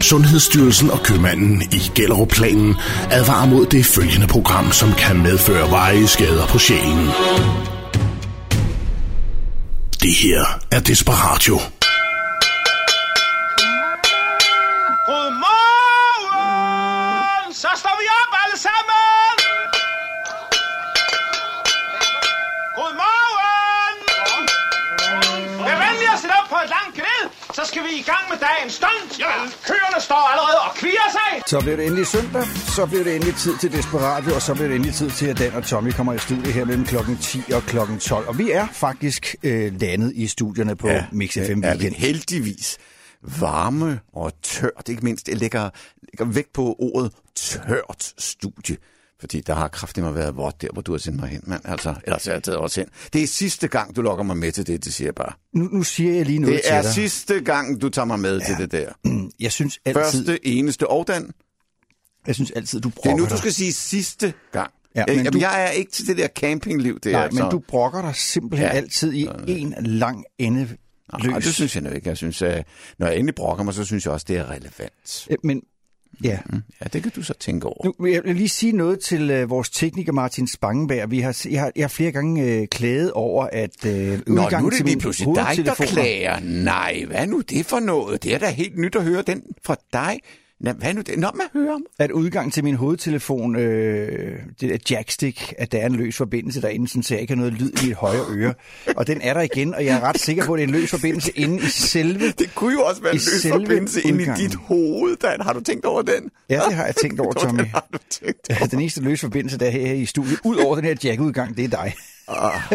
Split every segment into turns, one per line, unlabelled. Sundhedsstyrelsen og købmanden i Gellerup-planen advarer mod det følgende program, som kan medføre veje skader på sjælen. Det her er Desperatio.
Godmorgen! Så står vi op alle sammen! Godmorgen! Vær venlig at sætte op på et langt grill, så skal vi i gang med dagens stunt. Ja. Køerne står allerede og kvier sig.
Så blev det endelig søndag, så blev det endelig tid til Desperatio, og så blev det endelig tid til, at Dan og Tommy kommer i studie her mellem klokken 10 og klokken 12. Og vi er faktisk øh, landet i studierne på ja, Mix FM
er vi
Weekend.
heldigvis varme og tørt. Ikke mindst, jeg lægger, lægger vægt på ordet tørt studie. Fordi der har kraftigt mig været vådt der, hvor du har sendt mig hen, mand. Altså, ellers har jeg taget også hen. Det er sidste gang, du lokker mig med til det, det siger jeg bare.
Nu, nu siger jeg lige noget
Det
til
er
dig.
sidste gang, du tager mig med ja. til det der.
Jeg synes altid,
Første, eneste og den.
jeg synes altid du
Det
brokker
er nu, du
dig.
skal sige sidste gang.
Ja,
Ja,
men
men
du-
Jamen, jeg er ikke til det der campingliv der.
Nej,
altså.
men du brokker dig simpelthen ja.
Ja.
altid i en lang ende løs.
Nej, det synes jeg nu ikke. Jeg synes, at når jeg endelig brokker mig, så synes jeg også, det er relevant.
Øh, Men ja,
Ja, det kan du så tænke over.
Nu vil jeg lige sige noget til øh, vores tekniker Martin Spangenberg. Vi har, jeg, har, jeg har flere gange øh, klaget over, at øh,
Nå,
udgangen
nu er
til
det
min
lige pludselig dig, der
hovedtelefon-
klager. Nej, hvad er nu det for noget? Det er da helt nyt at høre den fra dig. Nå, hvad er nu det? Nå, man hører om.
at udgang til min hovedtelefon, øh, det der jackstick, at der er en løs forbindelse derinde, sådan, så jeg ikke har noget lyd i mit højre øre. Og den er der igen, og jeg er ret sikker på, at det er en løs forbindelse inde i selve...
Det kunne jo også være
I
en løs
selve
forbindelse inde i
udgangen.
dit hoved, Dan. Har du tænkt over den?
Ja, det har jeg tænkt over, Tommy.
Hvordan har du tænkt
Altså, den eneste løse forbindelse, der er her her i studiet, ud over den her jackudgang, det er dig.
Ah,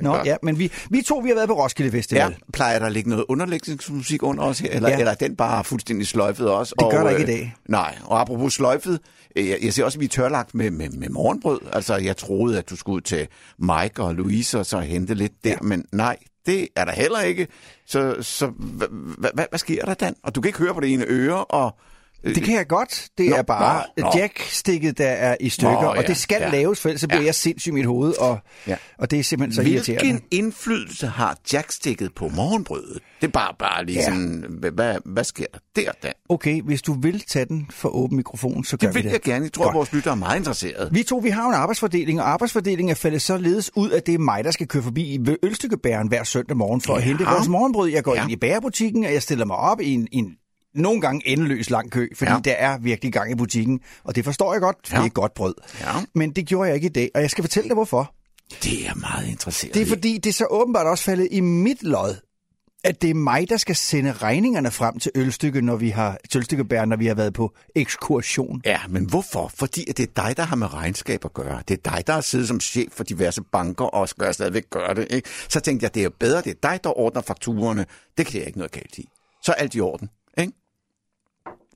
Nå, ja, men vi, vi to, vi har været på Roskilde
Ja,
Festival.
plejer der at ligge noget underlægningsmusik under os her, eller,
Ja.
ja. eller er den bare fuldstændig sløjfet også?
Det gør
og,
der ikke i
øh,
dag.
Nej, og apropos sløjfet, øh, jeg, jeg ser også, at vi er tørlagt med, med, med morgenbrød. Altså, jeg troede, at du skulle ud til Mike og Louise og så hente lidt der, ja. men nej, det er der heller ikke. Så, så hvad, hvad, hvad, hvad sker der, Dan? Og du kan ikke høre på det ene øre, og... øh,
Det kan jeg godt. Det
Nå,
er bare
nå, nå.
jackstikket, der er i stykker,
Nå,
og
ja,
det skal
ja.
laves, for ellers så bliver
Ja.
jeg sindssyg i mit hoved, og,
Ja.
og det er simpelthen så irriterende.
Hvilken indflydelse har jackstikket på morgenbrødet? Det er bare, bare lige
Ja.
ja. sådan, hvad, hvad, hvad sker der der, Dan?
Okay, hvis du vil tage den for åben mikrofon, så gør
Det
vi
vil
det.
jeg gerne. Jeg tror,
Godt.
at vores lyttere er meget interesserede.
Vi to, vi har jo en arbejdsfordeling, og arbejdsfordelingen er faldet således ud, at det er mig, der skal køre forbi ved Ølstykkebæren hver søndag morgen for at
Ja.
hente vores morgenbrød. Jeg går ja.
Ja.
ind i bagerbutikken, og jeg stiller mig op i en, en nogle gange endeløs lang kø, fordi ja.
Ja.
der er virkelig gang i butikken, og det forstår jeg godt, for
Ja.
det er godt brød.
Ja.
Men det gjorde jeg ikke i dag, og jeg skal fortælle dig hvorfor.
Det er jeg meget interesseret
Det er
i.
fordi, det er så åbenbart også faldet i mit lod, at det er mig, der skal sende regningerne frem til ølstykke, når vi har, til ølstykkebæren, når vi har været på ekskursion.
Ja, men hvorfor? Fordi at det er dig, der har med regnskab at gøre. Det er dig, der har siddet som chef for diverse banker og skal stadigvæk gøre det. Ikke? Så tænkte jeg, det er jo bedre, det er dig, der ordner fakturerne. Det kan jeg ikke noget galt i. Så er alt i orden. Ikke?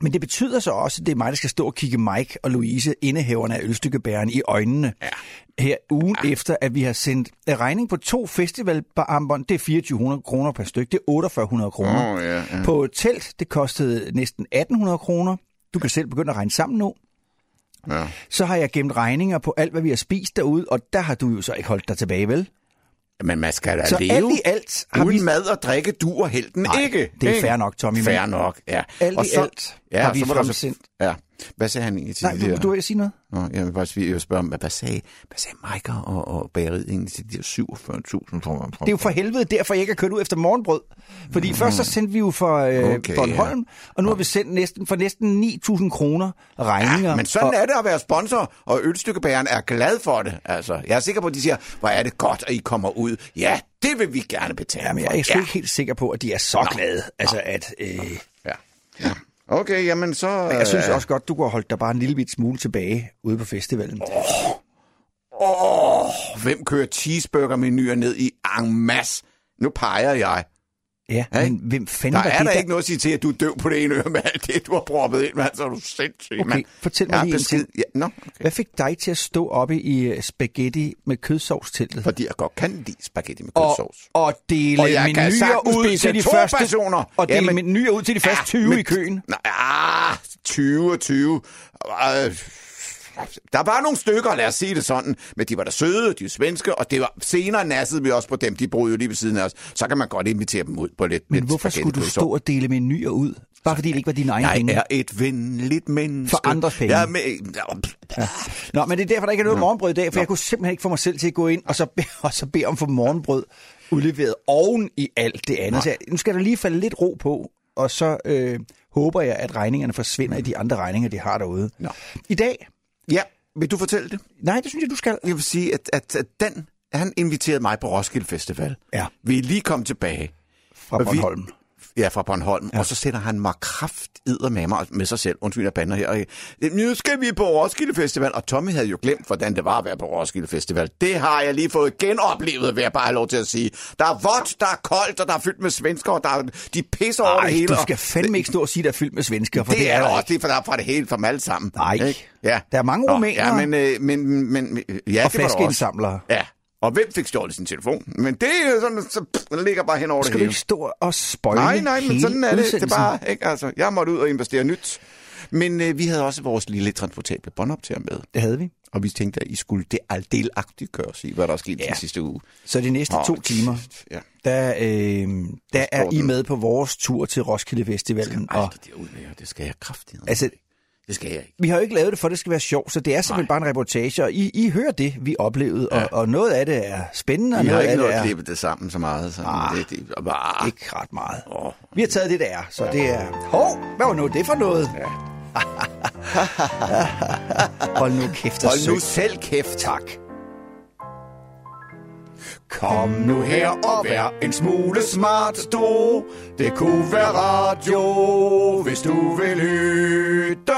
Men det betyder så også, at det er mig, der skal stå og kigge Mike og Louise, indehaverne af ølstykkebæren, i øjnene. Ja. Her ugen ja. efter, at vi har sendt en regning på to festivalarmbånd. Det er 2400 kroner per stykke. Det er 4800 kroner.
Åh, ja, ja.
På et telt, det kostede næsten 1800 kroner. Du kan selv begynde at regne sammen nu.
Ja.
Så har jeg gemt regninger på alt, hvad vi har spist derude, og der har du jo så ikke holdt dig tilbage, vel?
Men man skal da
Så
leve.
alt i alt har
Uden
vi-
mad og drikke, du og helten
Nej,
ikke.
det er
ikke?
fair nok, Tommy, men-
Fair nok, ja.
Alt
Og
i
så-
alt har
og
vi
så var der så-
fremsendt-
Ja. Hvad sagde han egentlig til
Nej, du, du vil sige noget?
Nå, jeg vil bare sige- jeg vil spørge, om, hvad, hvad sagde, hvad sagde Mike og, og bageriet egentlig til de der 47.000 kroner?
Det er jo for helvede derfor, jeg ikke har kørt ud efter morgenbrød. Fordi mm. først så sendte vi jo for øh, okay,
Okay,
Bornholm, og nu har vi sendt næsten, for næsten 9.000 kroner regninger.
Men sådan
og,
er det at være sponsor, og ølstykkebæren er glad for det. Altså, jeg er sikker på, at de siger, hvor er det godt, at I kommer ud. Ja, det vil vi gerne betale
Jamen,
for.
jeg er sgu
ja.
ja. ikke helt sikker på, at de er så Nå. glade. Altså, at, øh,
Ja. ja. Okay, jamen så... øh,
jeg synes også godt, du kunne have holdt dig bare en lille bit smule tilbage ude på festivalen. Oh.
Åh, hvem kører cheeseburger-menuer ned i en masse? Nu peger jeg.
Ja,
Hey.
men hvem fanden
Der
var
er
det
der ikke noget at sige til, at du er døv på det ene øre med alt det, du har proppet ind, mand. Så er du sindssyg,
Okay,
mand.
fortæl mig
Ja,
lige en
besked-
ting.
Ja, no, okay.
Hvad fik dig til at stå oppe i øh, spaghetti med kødsovsteltet?
Fordi jeg godt kan lide spaghetti med
og,
kødsovs.
og dele
Og jeg kan
menuer
sagtens
ud
spise
til de
to
første
personer.
Og dele
Jamen-
menuer ud til de første 20 i køen.
Nej, ah, 20 og 20. Øh, Der var nogle stykker, lad os sige det sådan, men de var da søde, de var svenske, og det var senere nassede vi også på dem, de boede jo lige ved siden af os. Så kan man godt invitere dem ud på lidt
Men
lidt
hvorfor skulle du
spaghetti-
stå og dele menuer ud? Bare fordi det ikke var dine egne
Jeg
penge.
er et venligt menneske.
For andres penge.
Jeg er med... Ja.
Nå, men det er derfor, der ikke er noget morgenbrød i dag, for jeg kunne simpelthen ikke få mig selv til at gå ind og så, be, og så bede om for morgenbrød udleveret oven i alt det andet. Så jeg, nu skal der lige falde lidt ro på, og så øh, håber jeg, at regningerne forsvinder i de andre regninger, de har derude.
Nå.
I dag?
ja, vil du fortælle det?
Nej, det synes jeg, du skal.
Jeg vil sige, at, at, at den, han inviterede mig på Roskilde Festival.
Ja.
Vi er lige kommet tilbage.
Fra
Og vi-
Bornholm.
Ja, fra Bornholm. Ja. Og så sætter han mig kraft med mig med sig selv. Undskyld, jeg bander her. Og, øh, Nu skal vi på Roskilde Festival. Og Tommy havde jo glemt, hvordan det var at være på Roskilde Festival. Det har jeg lige fået genoplevet, vil jeg bare have lov til at sige. Der er vådt, der er koldt, og der er fyldt med svensker, og der er, de pisser over
Nej,
det hele.
du
og-
skal fandme ikke stå og sige, der er fyldt med svensker, for
det, det er der også.
ikke.
Det er for der er fra det hele, fra dem alle sammen.
Nej.
Ikke? Ja.
Der er mange
Nå,
rumænere.
Ja, men, øh, men, men, men, ja,
Og
det var der også.
flaskeindsamlere.
Ja. Og hvem fik stjålet sin telefon? Men det er sådan, så pff, den ligger bare hen over
Skal
det
du
hele.
ikke stå og spøjle
nej, nej, men
hele
sådan er det. Det er
udsendelsen?
bare, ikke? Altså, jeg måtte ud og investere nyt. Men øh, vi havde også vores lille transportable båndoptager med.
Det havde vi.
Og vi tænkte, at I skulle det aldelagtigt gøre, se hvad der er sket ja. den sidste uge.
Så de næste
Åh,
to timer,
Ja.
der, øh, der er I
den.
med på vores tur til Roskilde Festivalen.
Ej,
Og
det derud med jer, det skal jeg kraftigt.
Altså-
det skal jeg ikke.
vi har jo ikke lavet det, for det skal være sjovt, så det er simpelthen
Nej.
bare en reportage, og I, I hører det, vi oplevede, ja. og, og noget af det er spændende, og
Vi har
noget
ikke
af
noget
det
at
er
klippe det sammen så meget. Så
Ah.
det, det, bare,
ikke ret meget.
Åh.
Vi har taget det, der er, så det er... Hov, hvad var nu det for noget? Ja. Hold nu kæft og
Hold nu
søg.
selv kæft.
Tak.
Kom nu her og vær en smule smart, du. Det kunne være radio, hvis du vil lytte.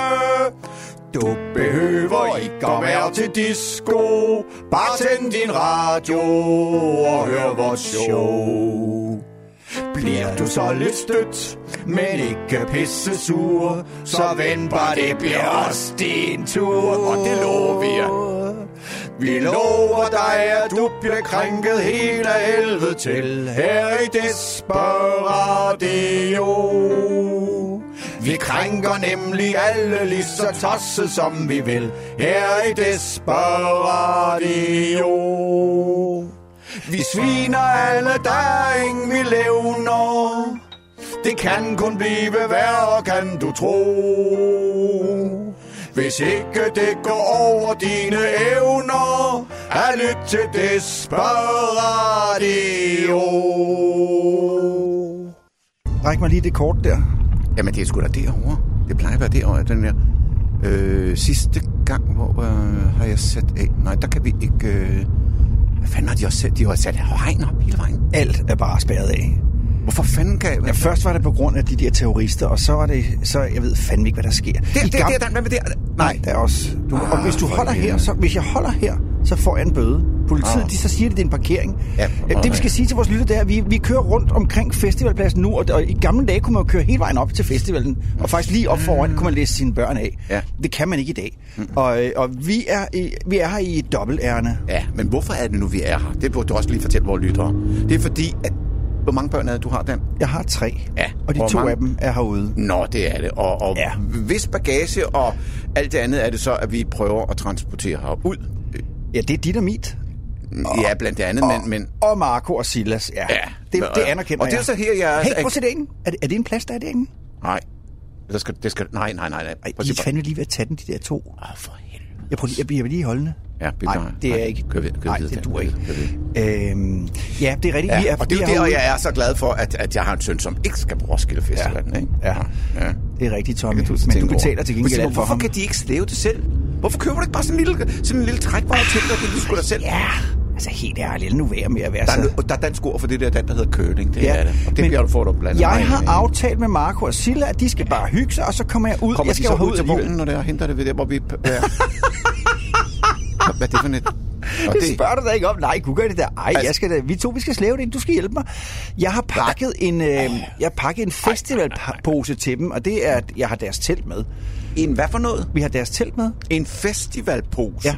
Du behøver ikke at være til disco. Bare tænd din radio og hør vores show. Bliver du så lidt stødt, men ikke pisse sur, så vend bare, det bliver også din tur. Og det lover vi jer. Vi lover dig, at du bliver krænket helt af helvede til her i Desperadio. Vi krænker nemlig alle lige så tosset som vi vil her i Desperadio. Vi sviner alle, der er ingen vi levner. Det kan kun blive værre, kan du tro. Hvis ikke det går over dine evner, er lyt til Desperadio.
Ræk mig lige det kort der.
Jamen, det er sgu da derovre. Det plejer at være derovre, den der... Øh, sidste gang, hvor øh, har jeg sat... Øh, nej, der kan vi ikke... Øh, hvad fanden har de også sat? De har sat hegn op hele vejen.
Alt er bare spærret af.
Hvorfor fanden kan jeg...
Ja, først var det på grund af de der terrorister, og så var det, så jeg ved fandme ikke, hvad der sker.
Der,
I
der,
Gam-
der, der, hvad med der?
Nej, der er også... Du, ah, og hvis du
for
holder her,
helvede.
så, hvis jeg holder her, så får jeg en bøde. Politiet,
Ah.
de så siger, at det er en parkering.
Ja,
Øh, det vi
okay.
skal sige til vores lytter, det er, at vi, vi kører rundt omkring festivalpladsen nu, og, og i gamle dage kunne man jo køre hele vejen op til festivalen, og faktisk lige op foran kunne man læse sine børn af.
Ja.
Det kan man ikke i dag. Og, øh, og vi, er i, vi er her i et dobbeltærende.
Ja, men hvorfor er det nu, vi er her? Det burde du også lige fortælle vores lyttere. Det er fordi, at... Hvor mange børn er det, du har, Dan?
Jeg har tre,
Ja,
og de
hvor
to
mange-
af dem er herude.
Nå, det er det. Og, og ja.
Ja.
hvis bagage og alt det andet er det så, at vi prøver at transportere herud. Øh,
Ja, det er dit og mit.
Ja, blandt andet, men... men
Og Marco og Silas, ja.
Ja.
Det,
Og-
det anerkender
og det er
jeg.
så her, jeg-
Hey, prøv at se derinde. Er det, er det en plads, der er derinde?
nej, det skal... Det skal nej, nej, nej, nej.
Ej,
Prøv at
I
se
er
på-
fandme lige ved at tage den, de der to.
Åh, for helvede.
Jeg, prøver, lige- jeg bliver lige holdende.
Ja, det
Nej,
gør jeg.
det er
Nej,
jeg ikke.
kør videre, kør
Nej,
videre,
det
Dan,
dur
kør
ikke.
videre,
Øhm, ja, det er rigtigt. vi
Ja,
er,
og det
vi
er jo der,
herude.
og jeg er så glad for, at, at jeg har en søn, som ikke skal på Roskilde Festival. Ja. Ikke?
Ja.
ja.
Det er rigtigt, Tommy.
Det kan så
Men du
tænke over.
betaler til
Men
gengæld
Simon,
alt for
Hvorfor
ham.
kan de ikke slæve det selv? Hvorfor køber du ikke bare sådan en lille, sådan en lille trækvogn til dig? Det er sgu da selv.
Ja, altså helt ærligt. Lad nu være med at være
Der er,
så...
no- der er dansk ord for det der, den, der hedder curling. Det
Ja,
er det. Og det
men
bliver du fået blandt
Jeg har aftalt med Marco og Silla, at de skal bare hygge sig, og så kommer jeg ud.
Kommer
jeg
de
skal
så
jo herud
ud til
alligevel.
vognen, når der henter det ved der, hvor vi... Ja. Hvad er det for net? Og
Det spørger du da ikke om. Nej, kunne gøre det der. Ej,
Altså-
jeg skal da, vi to, vi skal slæve det ind. Du skal hjælpe mig. Jeg har pakket en, øh, jeg har pakket en festivalpose til dem, og det er, at jeg har deres telt med.
En hvad for noget?
Vi har deres telt med.
En festivalpose.
Ja.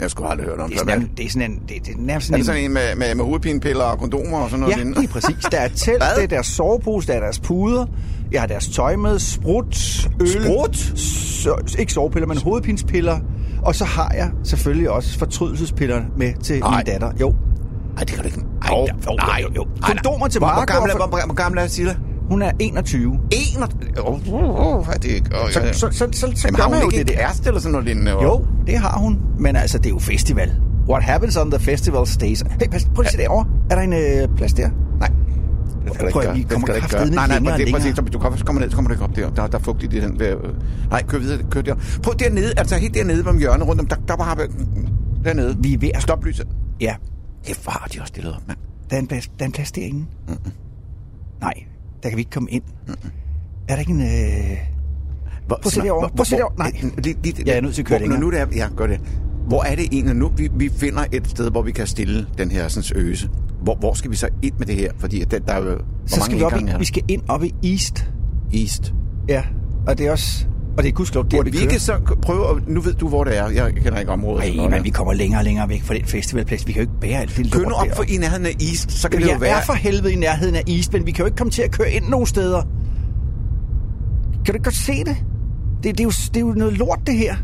Jeg skulle aldrig hørt om
Det er,
det.
sådan,
Hvad?
en- det er sådan en, det, det er nærmest
Er
sådan,
det sådan
en...
en med, med, med hovedpinepiller og kondomer og sådan noget?
Ja,
lignende?
lige præcis. Der er telt,
Hvad?
det er deres sovepose, der er deres puder, jeg har deres tøj med, sprut, øl.
Sprut?
So, ikke sovepiller, men hovedpinspiller. Og så har jeg selvfølgelig også fortrydelsespiller med til
Ej.
min datter. Jo,
Ej, det kan du ikke. Ej,
Jo,
der-
jo,
nej,
jo,
jo.
jo.
Ej,
Kondomer
der-
til
hvor, hvor,
Marco
gammel er,
og
hvor,
for-
hvor gammel er Silla?
Hun er 21.
En og... Oh, oh, oh, er det ikke... Oh,
Så,
ja, ja.
så, så, så, så, så
Jamen,
gør
har
man jo
hun ikke
det
en
der.
kæreste eller sådan noget lignende?
Jo, det har hun. Men altså, det er jo festival. What happens on the festival stays. Hey, pas, prøv lige at se derovre. Er der en øh, plads der?
Nej. Det skal du
Prøv at
ikke gøre.
vi
Det
kommer
skal du ikke
kraftedeme
gøre. Nej, nej,
længere og
det er præcis.
længere.
Som du kommer, så kommer ned, så kommer du ikke op der. Der, der er fugtigt i den der... øh. Nej, kør videre, kør der. Prøv dernede, altså helt dernede om hjørnet rundt om. Der, der var dernede.
Vi er ved at-
Stop lyset.
Ja.
Hæft, hvor har de også stillet op, mand.
Der er en plads, der er en plads derinde. Mm-mm. Nej, der kan vi ikke komme ind. Mm-mm. Er der ikke en... Øh...
Hvor,
Prøv at se
snak-
derovre.
hvor-
Prøv at se
hvor-
derovre. Nej.
øh, lige- lige-
Jeg er nødt til at køre
hvor, når nu det er, ja, gør det. Hvor er det egentlig nu, vi, vi finder et sted, hvor vi kan stille den her sådan, øse? Hvor, hvor skal vi så ind med det her? Fordi at den, der er jo... Hvor
Så skal vi, op
indgange
i,
er der?
vi skal ind op i East.
East.
Ja, og det er også... Og det er gudskelov, det er,
Burde vi ikke så k- prøve at... Nu ved du, hvor det er. Jeg kender ikke området.
Nej,
eller noget
men
der.
vi kommer længere og længere væk fra den festivalplads. Vi kan jo ikke bære alt det lort
Kør nu op for
deroppe.
i nærheden af East, så kan
Jamen,
det jo
jeg
være...
er for helvede i nærheden af East, men vi kan jo ikke komme til at køre ind nogen steder. Kan du ikke godt se det? Det, det, er, jo, det er jo noget lort, det her.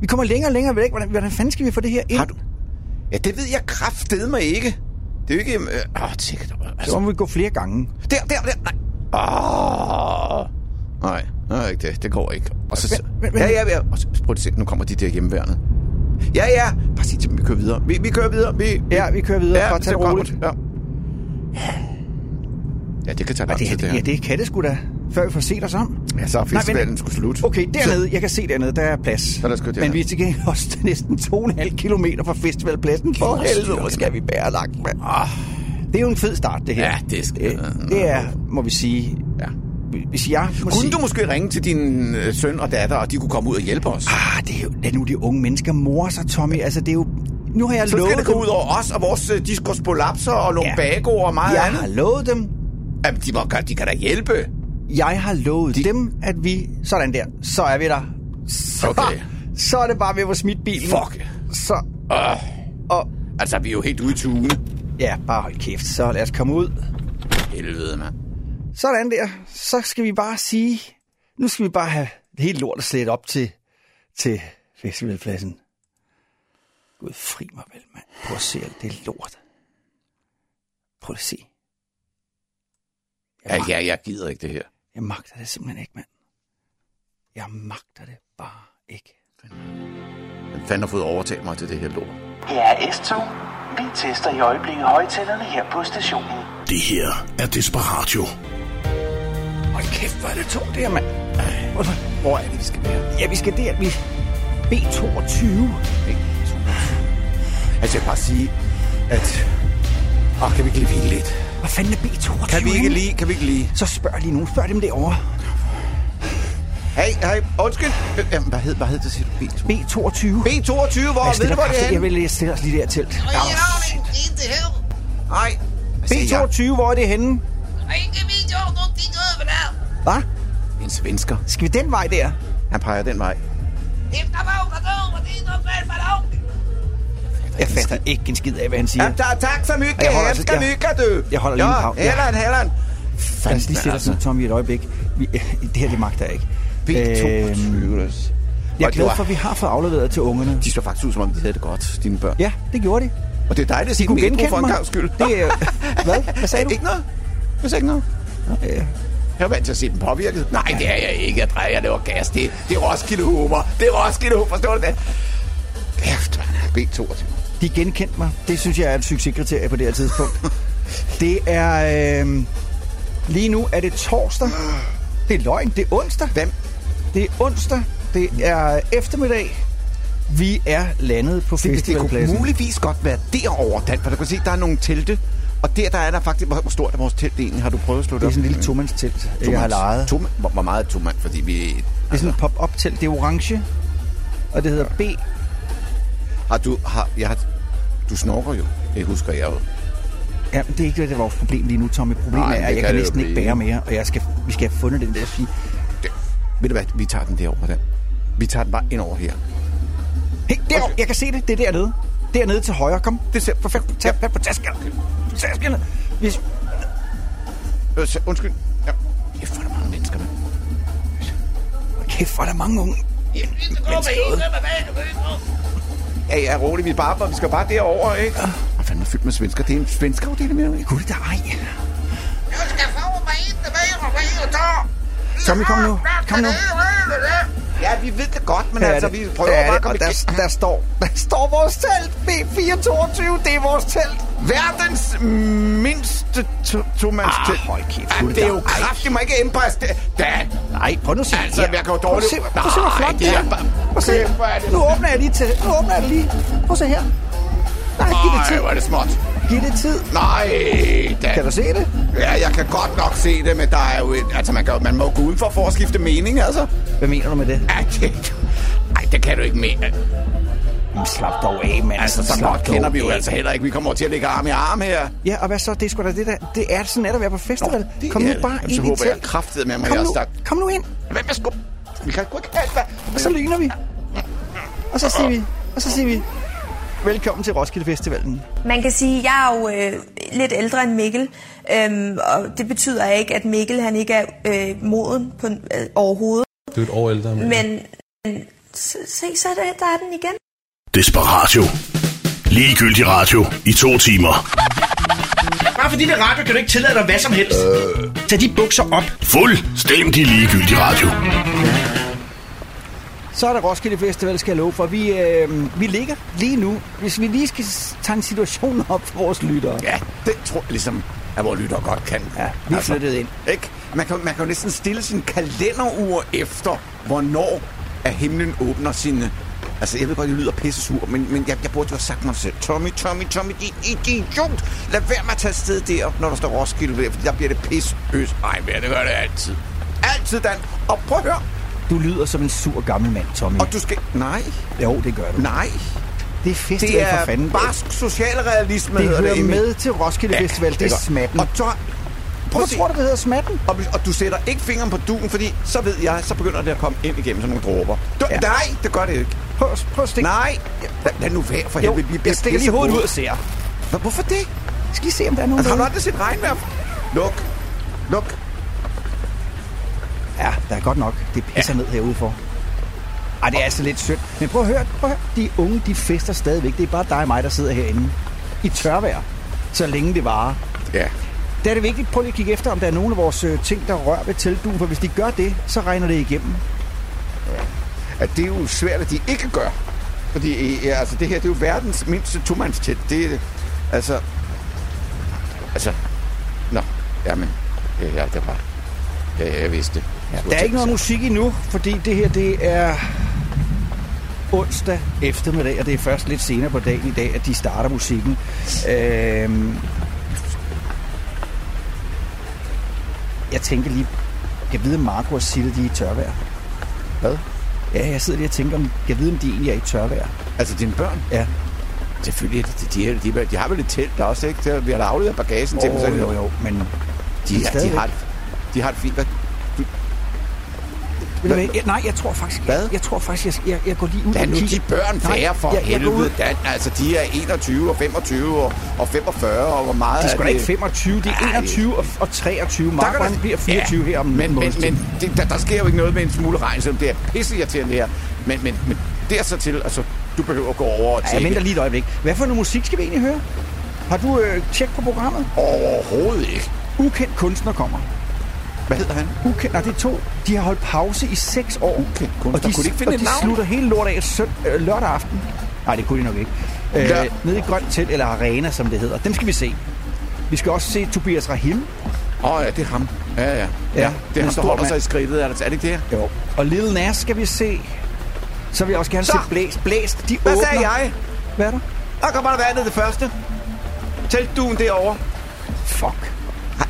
Vi kommer længere og længere væk. Hvordan, hvordan fanden skal vi få det her ind?
Har du... Ja, det ved jeg kraftedeme mig ikke. Det er jo ikke... øh, Åh, tjek det.
Så
Altså,
må vi gå flere gange.
der, der, der. Nej. Åh. Nej, nej, ikke det. Det går ikke. Og så...
Vent, vent,
Ja,
vent.
ja, ja. Og så, prøv lige at se, nu kommer de der hjemmeværende. Ja, ja. Bare sig til dem, vi kører videre. Vi, vi kører videre. Vi,
Ja, vi kører videre. Bare tag
så
det
kommer
roligt.
de. Ja. ja, det kan tage
Ej,
lang
det,
tid,
her,
Altså, det
det,
her.
ja, det kan det sgu da, før vi får set os om.
Ja, så er
Nej, men-
festivalen skulle slutte.
Okay, dernede, jeg kan se dernede, der er plads.
Så lad os gå derned.
Men vi er til gengæld også næsten 2,5 kilometer fra festivalpladsen. For
Kæmpe
helvede,
styr,
hvor skal vi bære langt, mand.
Ah.
Det er jo en fed start, det her.
Ja, det skal-
Øh, Det er, må vi sige...
Ja.
Hvis jeg må
Kunne
sige...
du måske ringe til din øh, søn og datter, og de kunne komme ud og hjælpe os?
Ah, det er jo... Lad nu de unge mennesker morer sig, Tommy. Altså, det er jo... Nu har jeg
Så
lovet
skal det gå
dem-
ud over os og vores øh, diskospolapser og lumbago og meget
Jeg har
andet.
lovet dem.
Jamen, de, må, godt- de kan da hjælpe.
Jeg har lovet de... dem, at vi... Sådan der. Så er vi der. Så,
Okay.
Så er det bare ved at smide bilen.
Fuck.
Så...
Uh,
Og...
altså, vi er jo helt ude i tune.
Ja, bare hold kæft. Så lad os komme ud.
Helvede, mand.
Sådan der. Så skal vi bare sige, nu skal vi bare have det hele lortet slet op til, til festivalpladsen. Gud, fri mig vel, mand. Prøv at se alt det lort. Prøv at se.
Ja, ja, jeg gider ikke det her.
Jeg magter det simpelthen ikke, mand. Jeg magter det bare ikke.
Hvem fanden har fået overtalt mig til det her lort?
Her er S-tog. Vi tester i øjeblikket højtalerne her på stationen.
Det her er Desperatio.
Hold kæft, hvor er det tungt der, mand.
Hvor er det, vi skal være?
Ja, vi skal der. Vi... B22.
Altså, jeg vil bare sige, at... Åh, kan vi ikke lige hvile lidt?
Hvad fanden er B22?
Kan vi ikke lige? Kan vi ikke lige?
Så spørg lige nogen. Spørg dem derovre.
Hey, hey, undskyld. Øh, Jamen, hvad hed, hvad hed det, siger du? B2?
B22.
B22, hvor?
Jeg
Ved du,
stiller
hvor det er
kraftigt- Jeg
henne?
vil lige stille os lige der i telt.
Nej.
B22, hvor er det henne? Hvad?
En svensker.
Skal vi den vej der?
Han peger den vej.
Jeg fatter ikke en skid af, hvad han siger.
Ja, tak, tak så mycket.
Jeg holder
Jeg
altså-
skal
jeg-
mycket, du.
jeg holder lige en pause. Ja.
Helland, Helland.
Lad os lige sætte os ned, Tommy, et øjeblik. Vi, det her, det magter jeg ikke. Øhm,
B22.
jeg er glad for, at vi har fået afleveret til ungerne.
De så faktisk ud, som om de havde det godt, dine børn.
Ja, det gjorde de.
Og det er dejligt at se
kunne
dem intro
genkende
for en
mig.
gang skyld.
Det
øh,
er- Hvad? Hvad sagde du?
Ikke noget. Jeg sagde ikke noget. Jeg er vant til at se dem påvirket. Nej, det er jeg ikke. Jeg drejer, det var gas. Det, det er Roskilde humor. Det er Roskilde humor. Forstår du det? Kæft, man. B22.
De genkendte mig. Det synes jeg er et succeskriterie på det her tidspunkt. det er... Øh, lige nu er det torsdag. Det er løgn. Det er onsdag.
Hvem?
Det er onsdag. Det er eftermiddag. Vi er landet på
Det, det kunne
festivalpladsen.
muligvis godt være derovre, Dan, for du kan se, der er nogle telte, og der, der er der faktisk... Hvor, hvor stort er vores telt egentlig? Har du prøvet at slå det
Det er
op?
sådan en lille tomandstelt, jeg har
Tomands-
lejet.
Toman, hvor, hvor meget er tomand? Fordi vi...
Det er sådan et pop-up telt. Det er orange. Og det hedder B.
Har du... Har, jeg har, du snorker jo, det husker jeg jo.
Ja, men det er ikke det, der er vores problem lige nu, Tommy. Problemet
Nej,
Nej, er,
men
at
det
jeg
kan
kan
det jo
næsten ikke
blive.
bære mere, og jeg skal, vi skal have fundet den der sige.
Det, ved du hvad, vi tager den derovre, Dan. Vi tager den bare ind over her.
Hey, derovre, jeg kan se det. Det er dernede. Dernede til højre. Kom,
Det ser perfekt.
tag
Ja,
fat på taskerne. Taskerne. Hvis,
øh, så- undskyld. Ja. Kæft, hvor er der mange mennesker, mand.
kæft, hvor er der mange unge.
Ja, ja, rolig. Vi, er bare, vi skal bare derover, ikke? Hvad fanden er fyldt med svensker? Det er en svensker afdeling, mener du ikke?
Gud, der ej.
Jag ska få mig inte med
Tommy, kom nu. Kom nu.
Ja, vi ved det godt, men
Her er
altså,
det.
vi
Her
prøver
er
bare at
det.
komme
Og der,
igennem.
der, står, der står vores telt. B422, det er vores telt.
Verdens mindste to- tomandstelt.
Ah, hold kæft,
Ah,
Hulda.
det er jo
Ej.
kraftigt, man ikke Empire State. Da,
Nej, prøv nu at se.
Altså,
her.
jeg kan
Prøv
jo
at
dårligt-
se, hvor- Prøv at se, hvor
Nej,
flot
det
det
er
er.
bare-
Prøv at se.
Kæft, hvor er det-
Nu åbner jeg lige til. Nu åbner jeg det lige. Prøv at se her. Nej, giv det
Ej,
tid.
hvor er det småt.
Giv det tid.
Nej, da.
Kan du se det?
Ja, jeg kan godt nok se det, men der er jo et, altså, man, kan, jo- man må gå udenfor for at skifte mening, altså.
Hvad mener du med det?
Ej, det, ej, det kan du ikke mere.
Jamen, slap dog af, mand.
Altså, så
Slap
godt kender
dog
vi jo
af.
altså heller ikke. Vi kommer over til at lægge arm i arm her.
Ja, og hvad så? Det er sgu da det der. Det er sådan, at være på festival.
det
Kom
er
nu
det.
bare
Jamen,
ind
så
i
håber
telt.
jeg kraftedeme, at man
Kom
er
nu.
stærk.
Kom nu ind.
Hvem er sgu... Vi kan sgu ikke have, hvad?
Og så lyner vi. Og så siger vi, og så siger vi, velkommen til Roskilde Festivalen.
Man kan sige, at jeg er jo øh, lidt ældre end Mikkel, øhm, og det betyder ikke, at Mikkel han ikke er øh, moden på, øh, overhovedet.
Du er et år ældre. Men...
Men men se, se, så er der, der er den igen.
Desperatio. Ligegyldig radio i to timer.
Bare fordi det er radio, kan du ikke tillade dig hvad som helst. Øh. Tag de bukser op.
Fuldstændig ligegyldig radio.
Så er der Roskilde Festival, skal jeg love for. Vi, øh, vi ligger lige nu, hvis vi lige skal s- tage en situation op for vores lyttere.
Ja, det tror jeg ligesom, at vores lytter godt kan. Altså,
Ja, vi er flyttet ind.
Ikke? Man kan, man kan jo næsten stille sin kalenderuger efter, hvornår at himlen åbner sine... Altså, jeg ved godt, det lyder pisse sur, men, men jeg, jeg burde jo have sagt mig selv. Tommy, Tommy, Tommy, din idiot! Lad være med at tage afsted der, når der står Roskilde, ved, for der bliver det pis øs. Ej, men det gør det altid. Altid, Dan. Og prøv at høre.
Du lyder som en sur gammel mand, Tommy.
Og du skal... Nej,
Jo, det gør du.
nej.
Det er festival
Det
for
er
fanden.
barsk socialrealisme,
det
hedder
hører
Emil.
med til Roskilde
Ja,
Festival. Det er
godt.
smatten.
Og så... Prøv
Hvorfor
at se.
tror du, det hedder smatten?
Og, hvis- og du sætter ikke fingeren på dugen, fordi så ved jeg, så begynder det at komme ind igennem som nogle dråber. Du, ja.
Ja.
Nej, det gør det ikke.
Prøv, at- prøv at stikke.
Nej, lad, lad nu være for
jo,
helvede. Vi bliver
jeg stikker lige
pissegode.
hovedet ud og ser.
Hva- Hvorfor det?
Skal I se, om der er nogen
Altså, har du
derude?
aldrig set regnvejr? Luk. Luk.
Ja, der er godt nok. Det pisser ja. ned herude for. Ej, det er altså lidt sødt. Men prøv at høre, prøv at høre. De unge, de fester stadigvæk. Det er bare dig og mig, der sidder herinde. I tørvejr, så længe det varer.
Ja.
Der er det vigtigt, prøv lige at kigge efter, om der er nogen af vores øh, ting, der rører ved teltduen, for hvis de gør det, så regner det igennem.
At det er jo svært, at de ikke gør. Fordi ja, altså, det her, det er jo verdens mindste tomandstæt. Det er, altså... Altså... Nå, jamen... Ja, ja, det var... Ja, ja, jeg vidste det. Jeg skulle
Der er
tænke
ikke noget
sådan.
musik endnu, fordi det her, det er onsdag eftermiddag, og det er først lidt senere på dagen i dag, at de starter musikken. Øhm, jeg tænker lige, jeg ved, om Marco og Sille, de er i tørvejr.
Hvad?
Ja, jeg sidder lige og tænker, om jeg ved, om de egentlig er i tørvejr.
Altså dine børn?
Ja.
Selvfølgelig, er de, de, de, de, de har vel et telt der også, ikke? Der, vi har da afleveret bagagen til dem. så-
Åh, jo, jo, men...
De, ja, de,
stadigvæk.
har, de har et fint... Hvad?
Ved du hvad? Jeg- Nej, jeg tror faktisk...
Hvad?
Jeg, jeg tror faktisk, jeg, jeg, jeg går lige ud
Lad
og
nu de
kigger.
børn
Nej,
være for
jeg- jeg går ud.
helvede, Dan. Altså, de er 21 og 25 og, og 45, og hvor meget
De er sgu da
det?
ikke 25, de er
Ej.
21 og, og 23. Mark, han bliver 24 her om
men,
en
men,
måneds tid.
men det, der, der, sker jo ikke noget med en smule regn, selvom det er pisseirriterende det her. Men, men, men det er så til, altså, du behøver at gå over og
Ej, jeg
tjekke.
venter lige et øjeblik. Hvad for noget musik skal vi egentlig høre? Har du øh, tjek på programmet?
Overhovedet ikke.
Ukendt kunstner kommer.
Hvad hedder han?
Ukendt, nej, det er to. De har holdt pause i seks år.
Ukendt kunstner.
Og de,
Kunne de ikke finde
og
et
de
navn?
slutter hele lort af søn, øh, lørdag aften. Nej, det kunne de nok ikke. Øh,
Lør-
nede i Grønt Telt, eller Arena, som det hedder. Dem skal vi se. Vi skal også se Tobias Rahim.
Åh oh, ja, det er ham. Ja, ja. ja,
Ja,
det er
en
ham, der
stor
holder
mand.
sig i skridtet. Er det, er det ikke det her?
Jo. Og Lil Nas skal vi se. Så vil jeg også gerne
Så.
se Blæst. Blæst, de
Hvad
åbner.
sagde jeg?
Hvad er der?
Der kommer der vandet det første. Teltduen derovre.
Fuck.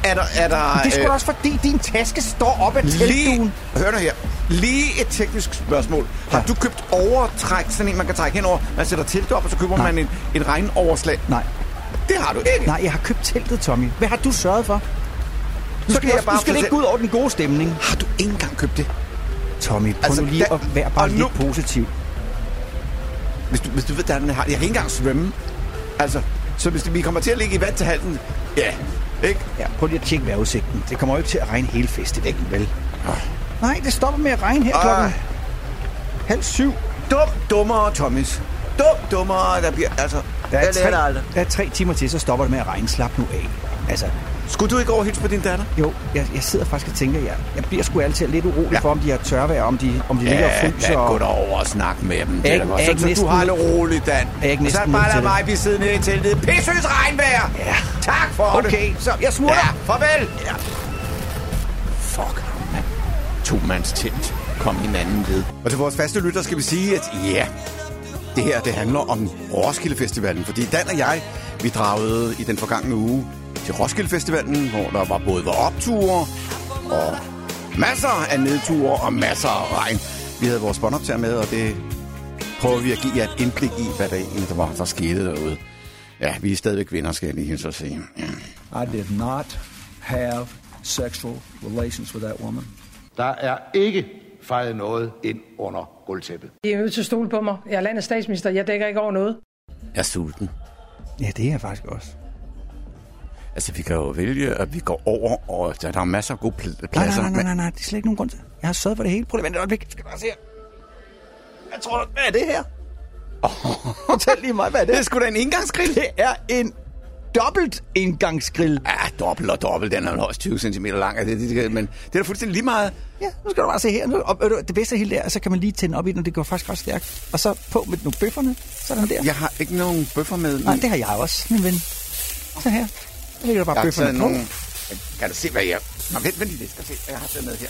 Er der... Er der
Det er sgu da også fordi, din taske står op ad
Øh. lige,
teltduen.
hør nu her. Lige et teknisk spørgsmål. Har
Ja.
du købt overtræk, sådan en, man kan trække henover? Man sætter teltet op, og så køber
Nej.
man en, et regnoverslag.
Nej,
Det har du ikke.
nej, jeg har købt teltet, Tommy. Hvad har du sørget for? Du
Så
skal,
kan jeg
også,
bare
du skal
fortælle-
ikke gå ud over den gode stemning.
Har du ikke engang købt det?
Tommy, prøv
Altså,
altså, nu lige
der-
at være bare
og
lidt
nu-
positiv.
Hvis du, hvis du ved, hvordan den har Jeg kan ikke engang svømme. Altså, så hvis vi kommer til at ligge i vand til halsen... Ja, ikke?
Ja, prøv lige at tjekke vejrudsigten. Det kommer jo ikke til at regne hele festivalen, vel? Nej, det stopper med at regne her
Ej.
klokken halv syv.
Dum, dummere, Thomas. Dum, dummere, der bliver... Altså,
Der
jeg
er,
lærer det
tre,
aldrig.
der er tre timer til, så stopper det med at regne. Slap nu af. Altså,
Skulle du ikke over og hilse på din datter?
Jo, jeg, jeg sidder faktisk og tænker, jeg, jeg bliver sgu altid lidt urolig ja. for, om de har tørvejr, om de, om de ligger og fryser.
gå
og-
da over og snak med dem. Det er
ikke-
da
er
godt.
ikke
Så, så du
næsten-
har det roligt, Dan.
Er ikke
Og så
næsten nødt
bare lad
til
mig blive siddende nede i teltet. Pissøs regnvejr! Ja. Tak for det.
Okay, så jeg smutter.
Ja, farvel! Ja. Fuck, mand. To mands telt kom hinanden ved. Og til vores faste lytter skal vi sige, at ja, det her det handler om Roskilde Festivalen. Fordi Dan og jeg, vi dragede i den forgangne uge til Roskilde Festivalen, hvor der var både var opture og masser af nedture og masser af regn. Vi havde vores båndoptager med, og det prøver vi at give jer et indblik i, hvad der egentlig var, der skete derude. Ja, vi er stadigvæk vinder, skal jeg lige hilse at sige.
I did not have sexual relations with that woman.
Der er ikke fejret noget ind under gulvtæppet.
I er nødt til at stole på mig. Jeg er landets statsminister. Jeg dækker ikke over noget.
Jeg er sulten.
Ja, det er jeg faktisk også.
Altså, vi kan jo vælge, at vi går over, og der, der er masser af gode pl-
Nej,
pladser.
nej, nej, nej,
men-
nej, nej, det er slet ikke nogen grund til. Jeg har sørget for det hele. Prøv lige at vente et øjeblik. Jeg skal bare se her. Jeg tror, du- hvad er det her? Fortæl lige mig, hvad er det?
Det er sgu da en indgangsgrill.
Det er en dobbelt indgangsgrill.
Ja, dobbelt og dobbelt. Den er jo også 20 cm lang, og det, det, det, men det er da fuldstændig lige meget.
Ja, nu skal du bare se her. Nu- Og, ved du, det bedste af hele det er, så kan man lige tænde op i den, og det går faktisk ret stærkt. Og så på med nogle bøfferne. Sådan der.
Jeg har ikke nogen bøffer med.
Nej, det har jeg også, min ven. Så her. Så ligger der bare
jeg har
bøfferne
taget
på.
nogen... Kan du se, hvad jeg... Nå, vent, vent lige lidt. Skal se, hvad jeg har taget med her.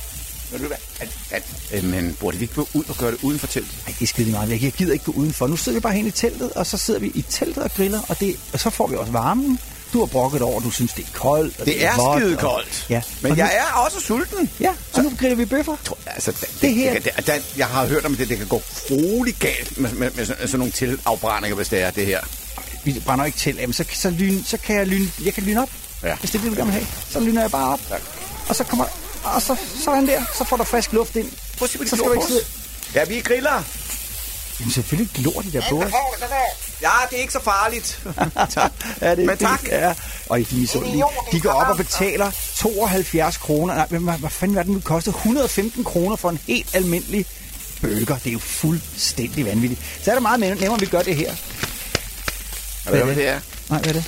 Ved du hvad? At, at, øh, men burde vi ikke gå ud og gøre det uden for teltet?
Ej, det er skide meget væk. Jeg gider ikke gå udenfor. Nu sidder vi bare hen i teltet, og så sidder vi i teltet og griller, og, det, og så får vi også varmen. Du har brokket over, du synes, det er koldt. Og
Det er
vådt,
skide
og-
koldt.
Ja.
Men
og
jeg
nu,
er også sulten.
Ja, og nu griller vi bøffer.
Tror- Altså, det, det,
Det her-
Det, kan- det, der, jeg har hørt om det, det kan gå roligt galt med, med, med, sådan, sådan nogle tilafbrændinger, hvis det er det her.
Vi brænder ikke til. Jamen, så, så, lyn, så kan jeg lyne, jeg kan lyne op.
Ja.
Hvis det er det, du gerne vil have. Så lyner jeg bare op. Og så kommer og så, sådan der, så får der frisk luft ind.
Prøv at se, hvad de
Så skal du
glor
ikke
på os. Ja, vi er griller.
Jamen selvfølgelig glor de der på os.
Ja, det er ikke så farligt. tak.
Ja, det er
Men
fint.
tak.
Ja. Og I er sundelige. De går op og betaler 72 kroner. Nej, men hvad, hvad fanden var det nu det kostede? 115 kroner for en helt almindelig bølger. Det er jo fuldstændig vanvittigt. Så er det meget nem- nemmere, at vi gør det her.
Er det, hvad det er?
Nej, hvad er det?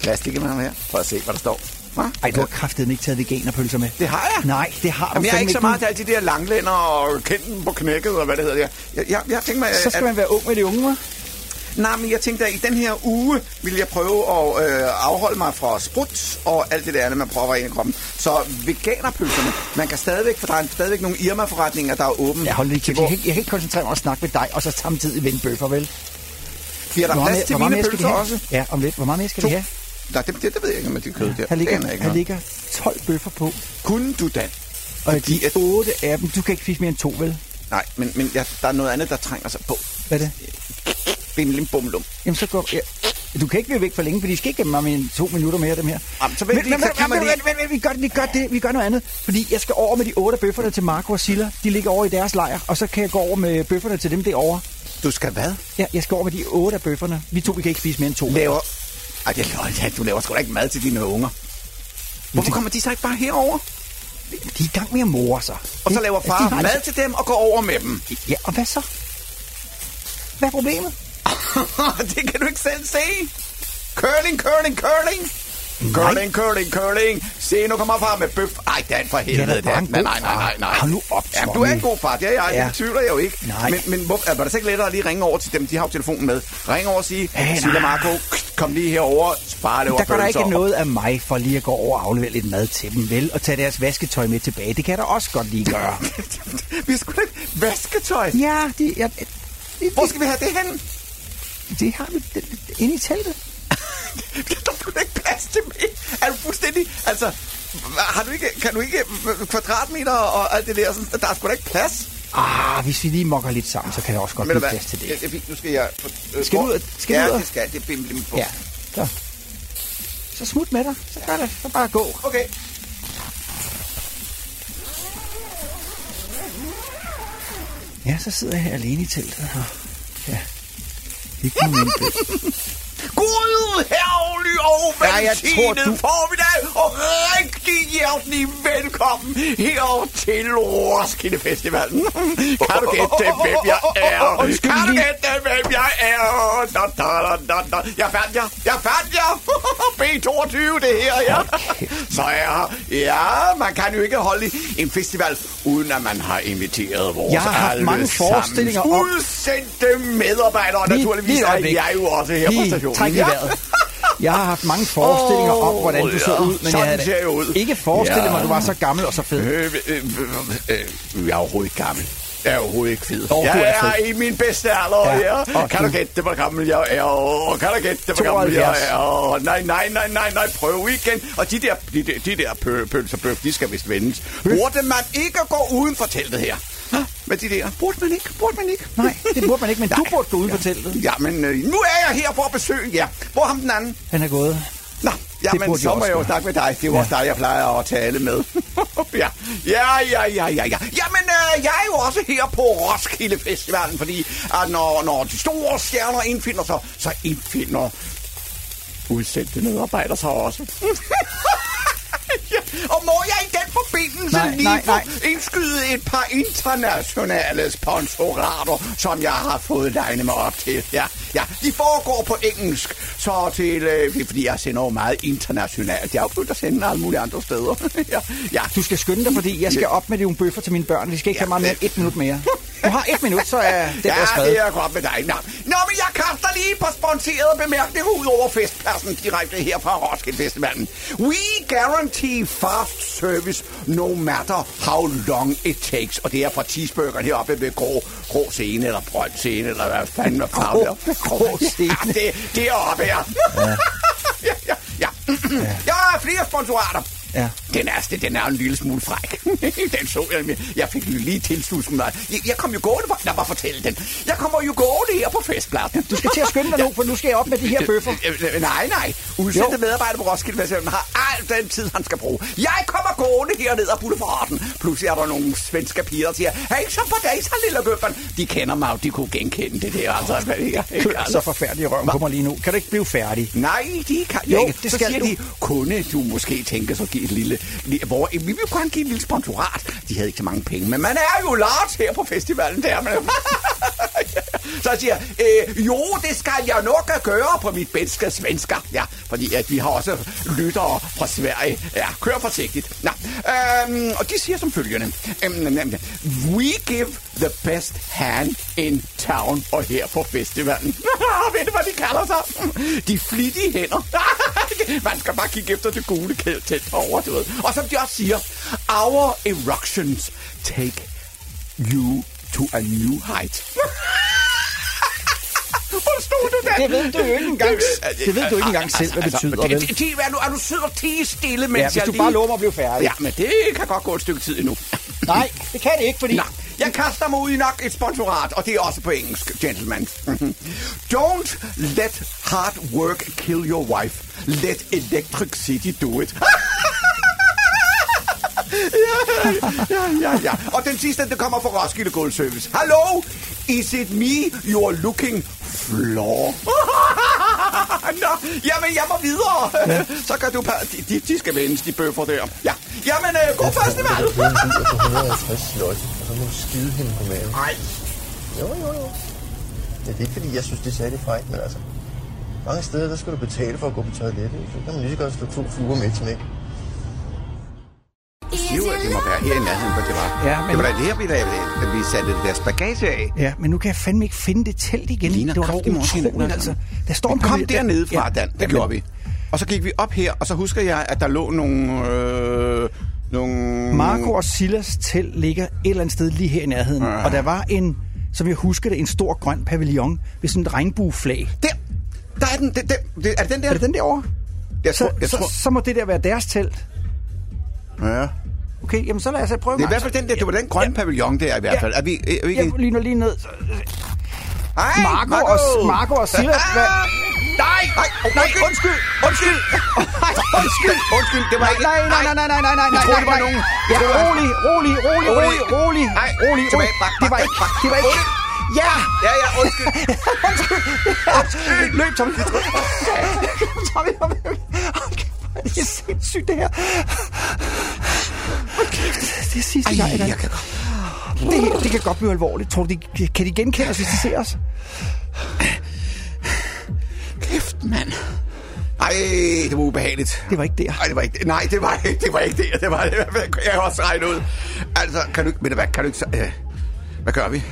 Plastik med ham her. Prøv at se, hvad der står. Hva?
Ej, du har kraftedet ikke taget veganerpølser med.
Det har jeg.
Nej, det har du
Jamen, jeg er
fandme
ikke så meget
Du-
til alle de der langlænder og kenden på knækket, og hvad det hedder. Jeg, jeg, jeg, jeg tænkte mig,
Så skal
øh,
man
at,
være ung med de unge, hva'?
nej, men jeg tænkte, at i den her uge vil jeg prøve at øh, afholde mig fra sprut og alt det der andet, man prøver ind i kroppen. Så veganerpølserne, man kan stadigvæk, for der er stadigvæk nogle Irma-forretninger, der er åbne.
Ja, hold lige kæft.
Hvor-
Jeg, kan ikke- jeg kan ikke koncentrere mig om at snakke med dig, og så samtidig vende bøffer, vel?
Bliver der
Hvor meget
plads
mere-
til
hvor meget
mine
mere skal de
pølser
have?
også?
Ja, om lidt. Hvor meget mere skal
To.
vi have?
Nej, det, det, det ved jeg ikke med det kød der.
Her
Det aner jeg
ligger,
ikke
her
noget.
ligger 12 bøffer på,
Kunne du da?
og
Fordi
de
at-
8 af dem, du kan ikke spise mere end to, vel?
Nej, men, men jeg, der er noget andet, der trænger sig på.
Hvad er det?
Bimlim bumlum.
Jamen, så går... Ja. Du kan ikke blive væk for længe, for de skal ikke gemme mig mere end to minutter mere, dem her.
Jamen, så vent lige, så kan man
vent,
lige-
vent, vent, vi gør, det, vi gør det, vi gør noget andet. Fordi jeg skal over med de otte bøfferne til Marco og Silla. De ligger over i deres lejr, og så kan jeg gå over med bøfferne til dem derovre.
Du skal hvad?
Ja, jeg skal over med de otte af bøfferne. Vi to, vi kan ikke spise mere end to.
Laver... Ej, det er løgn, ja, du laver sgu da ikke mad til dine unger. Hvorfor kommer de så ikke bare herover?
De er i gang med at more sig.
Og så laver
De
far
har
mad til dem og går over med dem.
Ja, og hvad så? Hvad er problemet?
det kan du ikke selv se. Curling, curling, curling. Curling, curling, curling. Se, nu kommer far med bøf. Ej, Dan, for helvede.
da bare
Dan.
en
nej,
god
nej, nej, nej, nej.
far. Hold nu op,
ja,
Tommy.
Du er en god far, det er jeg. Ja.
Ja.
Det betyvler jeg jo ikke.
Nej.
Men, men hvor, er, var det så ikke lettere at lige ringe over til dem? De har jo telefonen med. Ring over og sige,
Ja,
Silla
nej.
Marco, kom lige herover. Spar det
Der går der ikke noget af mig for lige at gå over og aflevere lidt mad til dem, vel? Og tage deres vasketøj med tilbage. Det kan jeg da også godt lige gøre.
Vi skulle da vasketøj.
ja, de, ja, de,
Hvor skal vi have det hen?
de, de har vi det- det- inde i teltet.
Der er sgu da ikke plads til mig. Er du fuldstændig... Altså, har du ikke, kan du ikke kvadratmeter og alt det der? Sådan, der er sgu da ikke plads.
Ah, hvis vi lige mokker lidt sammen, så kan der også godt
Men
blive
hvad?
plads til det.
Jeg, jeg, nu skal jeg... Øh,
Skal du ud og- skal
ja,
du ud og-
det skal jeg. Det er bim, bim, bum.
Ja, så. Så smut med dig. Så gør det. Så bare gå.
Okay.
Ja, så sidder jeg her alene i teltet. Og, ja. Ikke nogen
Gud, herlig og
Ja, jeg tror,
velsignet ja,
du-
du... formiddag, og rigtig hjertelig velkommen her til Roskilde Festivalen. kan du gætte, hvem jeg er?
Undskyld
Kan du
lige.
gætte, hvem jeg er? Da, da, da, da, da. Jeg fandt jer, jeg fandt jer.
B22, det her, ja. Så ja, ja, man kan jo ikke holde en festival, uden at man har inviteret vores
Jeg har haft
alle
mange
sammen
forestillinger om-
Udsendte medarbejdere, lige, naturligvis
et
lige er
øjeblik.
jeg jo også her på
Lige
stationen.
Træk i vejret. Jeg har haft mange forestillinger om,
Åh,
hvordan du så
ja.
ud, men
Sådan
jeg havde
ser
da
jeg ud.
ikke forestillet
Ja.
mig, at du var så gammel og så fed.
Øh, øh, øh, øh, jeg er overhovedet ikke gammel. Jeg er overhovedet ikke fed.
Åh,
jeg
du er
er,
fed.
i min bedste alder,
Ja,
ja.
og
Kan du
du-
gætte, hvor gammel jeg er? Åh, Kan du gætte, hvor gammel jeg
72.
er? Åh, Nej, nej, nej, nej, nej, prøv igen. Og de der, de, der- de der pø, pølser bøf, de skal vist vendes. Burde man ikke gå uden for teltet her? Hå? Med de der, burde man ikke, burde man ikke?
Nej, det burde man ikke, men du burde gå ud på teltet.
Ja, men øh, nu er jeg her for at besøge jer. Hvor er ham den anden?
Han er gået.
Nå, jamen,
burde
så
jeg
må
også
jeg jo
gøre.
snakke med dig. Det er jo også dig, jeg plejer at tale med. ja. ja, ja, ja, ja, ja. Jamen, øh, jeg er jo også her på Roskilde Festivalen, fordi at når, når de store stjerner indfinder sig, så indfinder udsendte medarbejdere sig også. ja. Og må jeg i den forbindelse
Nej,
lige
nej,
få
nej.
indskyde et par internationale sponsorater, som jeg har fået legnet mig op til. Ja, ja, de foregår på engelsk, så til, øh, fordi jeg sender jo meget internationalt. Jeg er jo begyndt at sende alle mulige andre steder. ja, ja.
Du skal skynde dig, fordi jeg skal op med nogle bøffer til mine børn. Vi skal ikke have meget mere end et minut mere. Du har et minut, så er det
ja,
der skrevet.
det er godt med dig. Nå. Nå, men jeg kaster lige på sponsorerede bemærkninger ud over festpladsen direkte her fra Roskilde Festivalen. We guarantee fast service no matter how long it takes. Og det er fra cheeseburgeren heroppe ved Grå, grå Scene, eller Brønd Scene, eller hvad fanden er farven
Grå-
der?
Grå Scene.
Ja, det, det er oppe her. Ja. ja, ja, ja. Jeg har flere sponsorater.
Ja.
Den næste, den er en lille smule fræk. den så jeg med. Jeg fik lige tilslusen mig. Jeg, jeg kom jo gående... For... Lad mig fortælle den. Jeg kommer jo gående her på festpladsen.
Du skal til at skynde dig nu, for nu skal jeg op med de her bøffer.
Øh, øh, Nej, nej. Udsendte
Jo.
medarbejder på Roskilde Festival har al den tid, han skal bruge. Jeg kommer gående herned ad boulevarden. Pludselig er der nogle svenske piger, der siger, hey, så på dag, så lille gøbben. De kender mig, jo. de kunne genkende det der. Altså, hvad det er, ikke?
Kører så forfærdelig i røven på mig lige nu. Kan du ikke blive færdig?
Nej, de kan
Jo,
jo, ikke.
det
så
skal
siger
du.
de, kunne du måske tænke sig at give et lille... li- Hvor, vi vil jo gerne give et lille sponsorat. De havde ikke så mange penge, men man er jo large her på festivalen, der man. så jeg siger, øh, jo, det skal jeg nok at gøre på mit bedste svensker. Ja, fordi at vi har også lyttere fra Sverige. Ja, kør forsigtigt. Nå, øhm, og de siger som følgende. Øhm, øhm, øhm, We give the best hand in town og her på festivalen. Ved du, hvad de kalder sig? De flittige hænder. Man skal bare kigge efter det gule kæld tæt over, du ved. Og som de også siger, our eruptions take you to a new height. Forstod du det?
Det ved du jo ikke engang. Det ved du ikke engang selv, hvad det betyder,
Altså,
vel?
det- det- er du, er du sidder tige stille, mens
Ja, hvis
jeg
du
lige...
bare lover mig at blive færdig.
Ja, men det kan godt gå et stykke tid endnu.
Nej, det kan det ikke, fordi...
Nå, jeg kaster mig ud i nok et sponsorat, og det er også på engelsk, gentlemen. Don't let hard work kill your wife. Let Electric City do it. ja, ja, ja. Og den sidste, det kommer fra Roskilde Gold Service. Hallo? Is it me you're looking for? Nå, jamen, jeg må videre. Så kan du... pa- De, de, de skal vendes, de bøffer der. Ja. Jamen, øh, god festival. Nej.
Jo, jo, jo. Ja, det er ikke fordi, jeg synes, det er særlig frækt, men altså... Mange steder, der skal du betale for at gå på toilettet. ikke? Så kan man lige så godt slå to fluer med et smæk.
Jo, det må være her i nærheden, hvor det var.
Ja, men-
Det var da her, vi, lavede, at vi satte deres bagage af.
Ja, men nu kan jeg fandme ikke finde det telt igen.
Det ligner
det var dog
kraftigt morgen
utroligt,
hinanden,
altså.
altså.
Der står
vi
en
kom
kommentar-
dernede fra, Dan. Det
men-
gjorde vi. Og så gik vi op her, og så husker jeg, at der lå nogle... Øh, nogle...
Marco og Silas telt ligger et eller andet sted lige her i nærheden. Og der var en, som jeg husker det, en stor grøn pavillon med sådan et regnbueflag.
Der! Der er den. Det, det, det, er det den der?
Er det den derovre?
Jeg tror,
Så,
jeg tror...
så, så må det der være deres telt.
Ja.
Okay, jamen så lad os da prøve.
Det er i hvert
Mark.
fald den der, det var den grønne pavillon der i hvert fald. Er vi, er vi ikke...
Jeg lyner lige ned.
Hej,
Marco og- Marco Ah! og Silas, hvad-
Nej, nej, nej, undskyld, undskyld. Nej, undskyld, undskyld, det var ikke...
Nej, nej, nej, nej, nej, nej, nej,
Jeg
nej,
troede, det var
nej. Ja,
nogen. Jeg troede, det var-
rolig, rolig, rolig, rolig, rolig,
Nej,
rolig, rolig.
tilbage, bak, bak,
Det var ikke,
bak, bak.
det var ikke. Ja!
Ja, ja, undskyld.
Løb, Tommy. Tommy, kom væk. Okay, Det er sindssygt, det her. Hold kæft, Det er sidste gang,
Ej,
ikke?
jeg kan godt.
Det, her, det kan godt blive alvorligt. Tror du, de, kan de genkende os, hvis de ser os?
Kæft, mand. Ej, det var ubehageligt.
Det var ikke der.
Ej, det var ikke det. Nej, det var, ikke- det var ikke det. Det var det. Jeg har også regnet ud. Altså, kan du ikke... Ved du hvad, kan du ikke... så- Øh, hvad gør vi?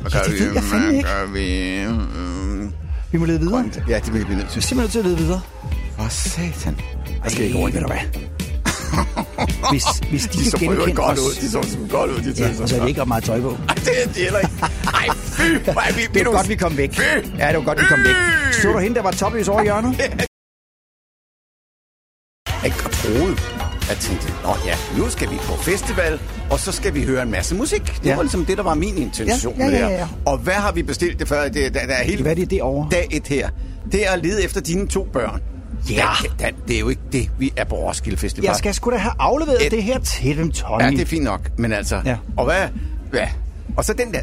Hvad
Ja,
gør
det ved jeg fandme
Hvad
ikke.
gør vi? Mm,
Vi må lede videre.
ja, det vil vi nødt
Vi er
til.
simpelthen nødt til at lede videre.
For satan. Jeg skal
Ej,
ikke over i
ved
det.
du hvad? Hvis, hvis de,
De
kan
så for øvrigt
genkende
godt
os...
ud. De så som godt ud, de tøser.
Ja, og så havde vi ikke ret meget tøj på.
Ej, det er de heller ikke. Ej, fy. Hvor er vi,
Det var godt, vi kom væk.
Fy.
Ja, det var godt, vi kom væk.
Øh.
Så du hende, der var topløs over i hjørnet?
ikke og troede. Jeg tænkte, nå ja, nu skal vi på festival, og så skal vi høre en masse musik. Det
Ja.
ja. var ligesom det, der var min intention
Ja, ja, ja, ja.
med det her. Og hvad har vi bestilt det før? Det, der, der er hele
Hvad er det derovre?
dag et her. Det er at lede efter dine to børn.
Ja.
Da, da, det er jo ikke det, vi er på Roskilde Festival.
Jeg skal sgu da have afleveret
Et-
det her til dem, Tony.
Ja, det er fint nok, men altså...
Ja.
Ja. Og hvad... Ja. Og så den der...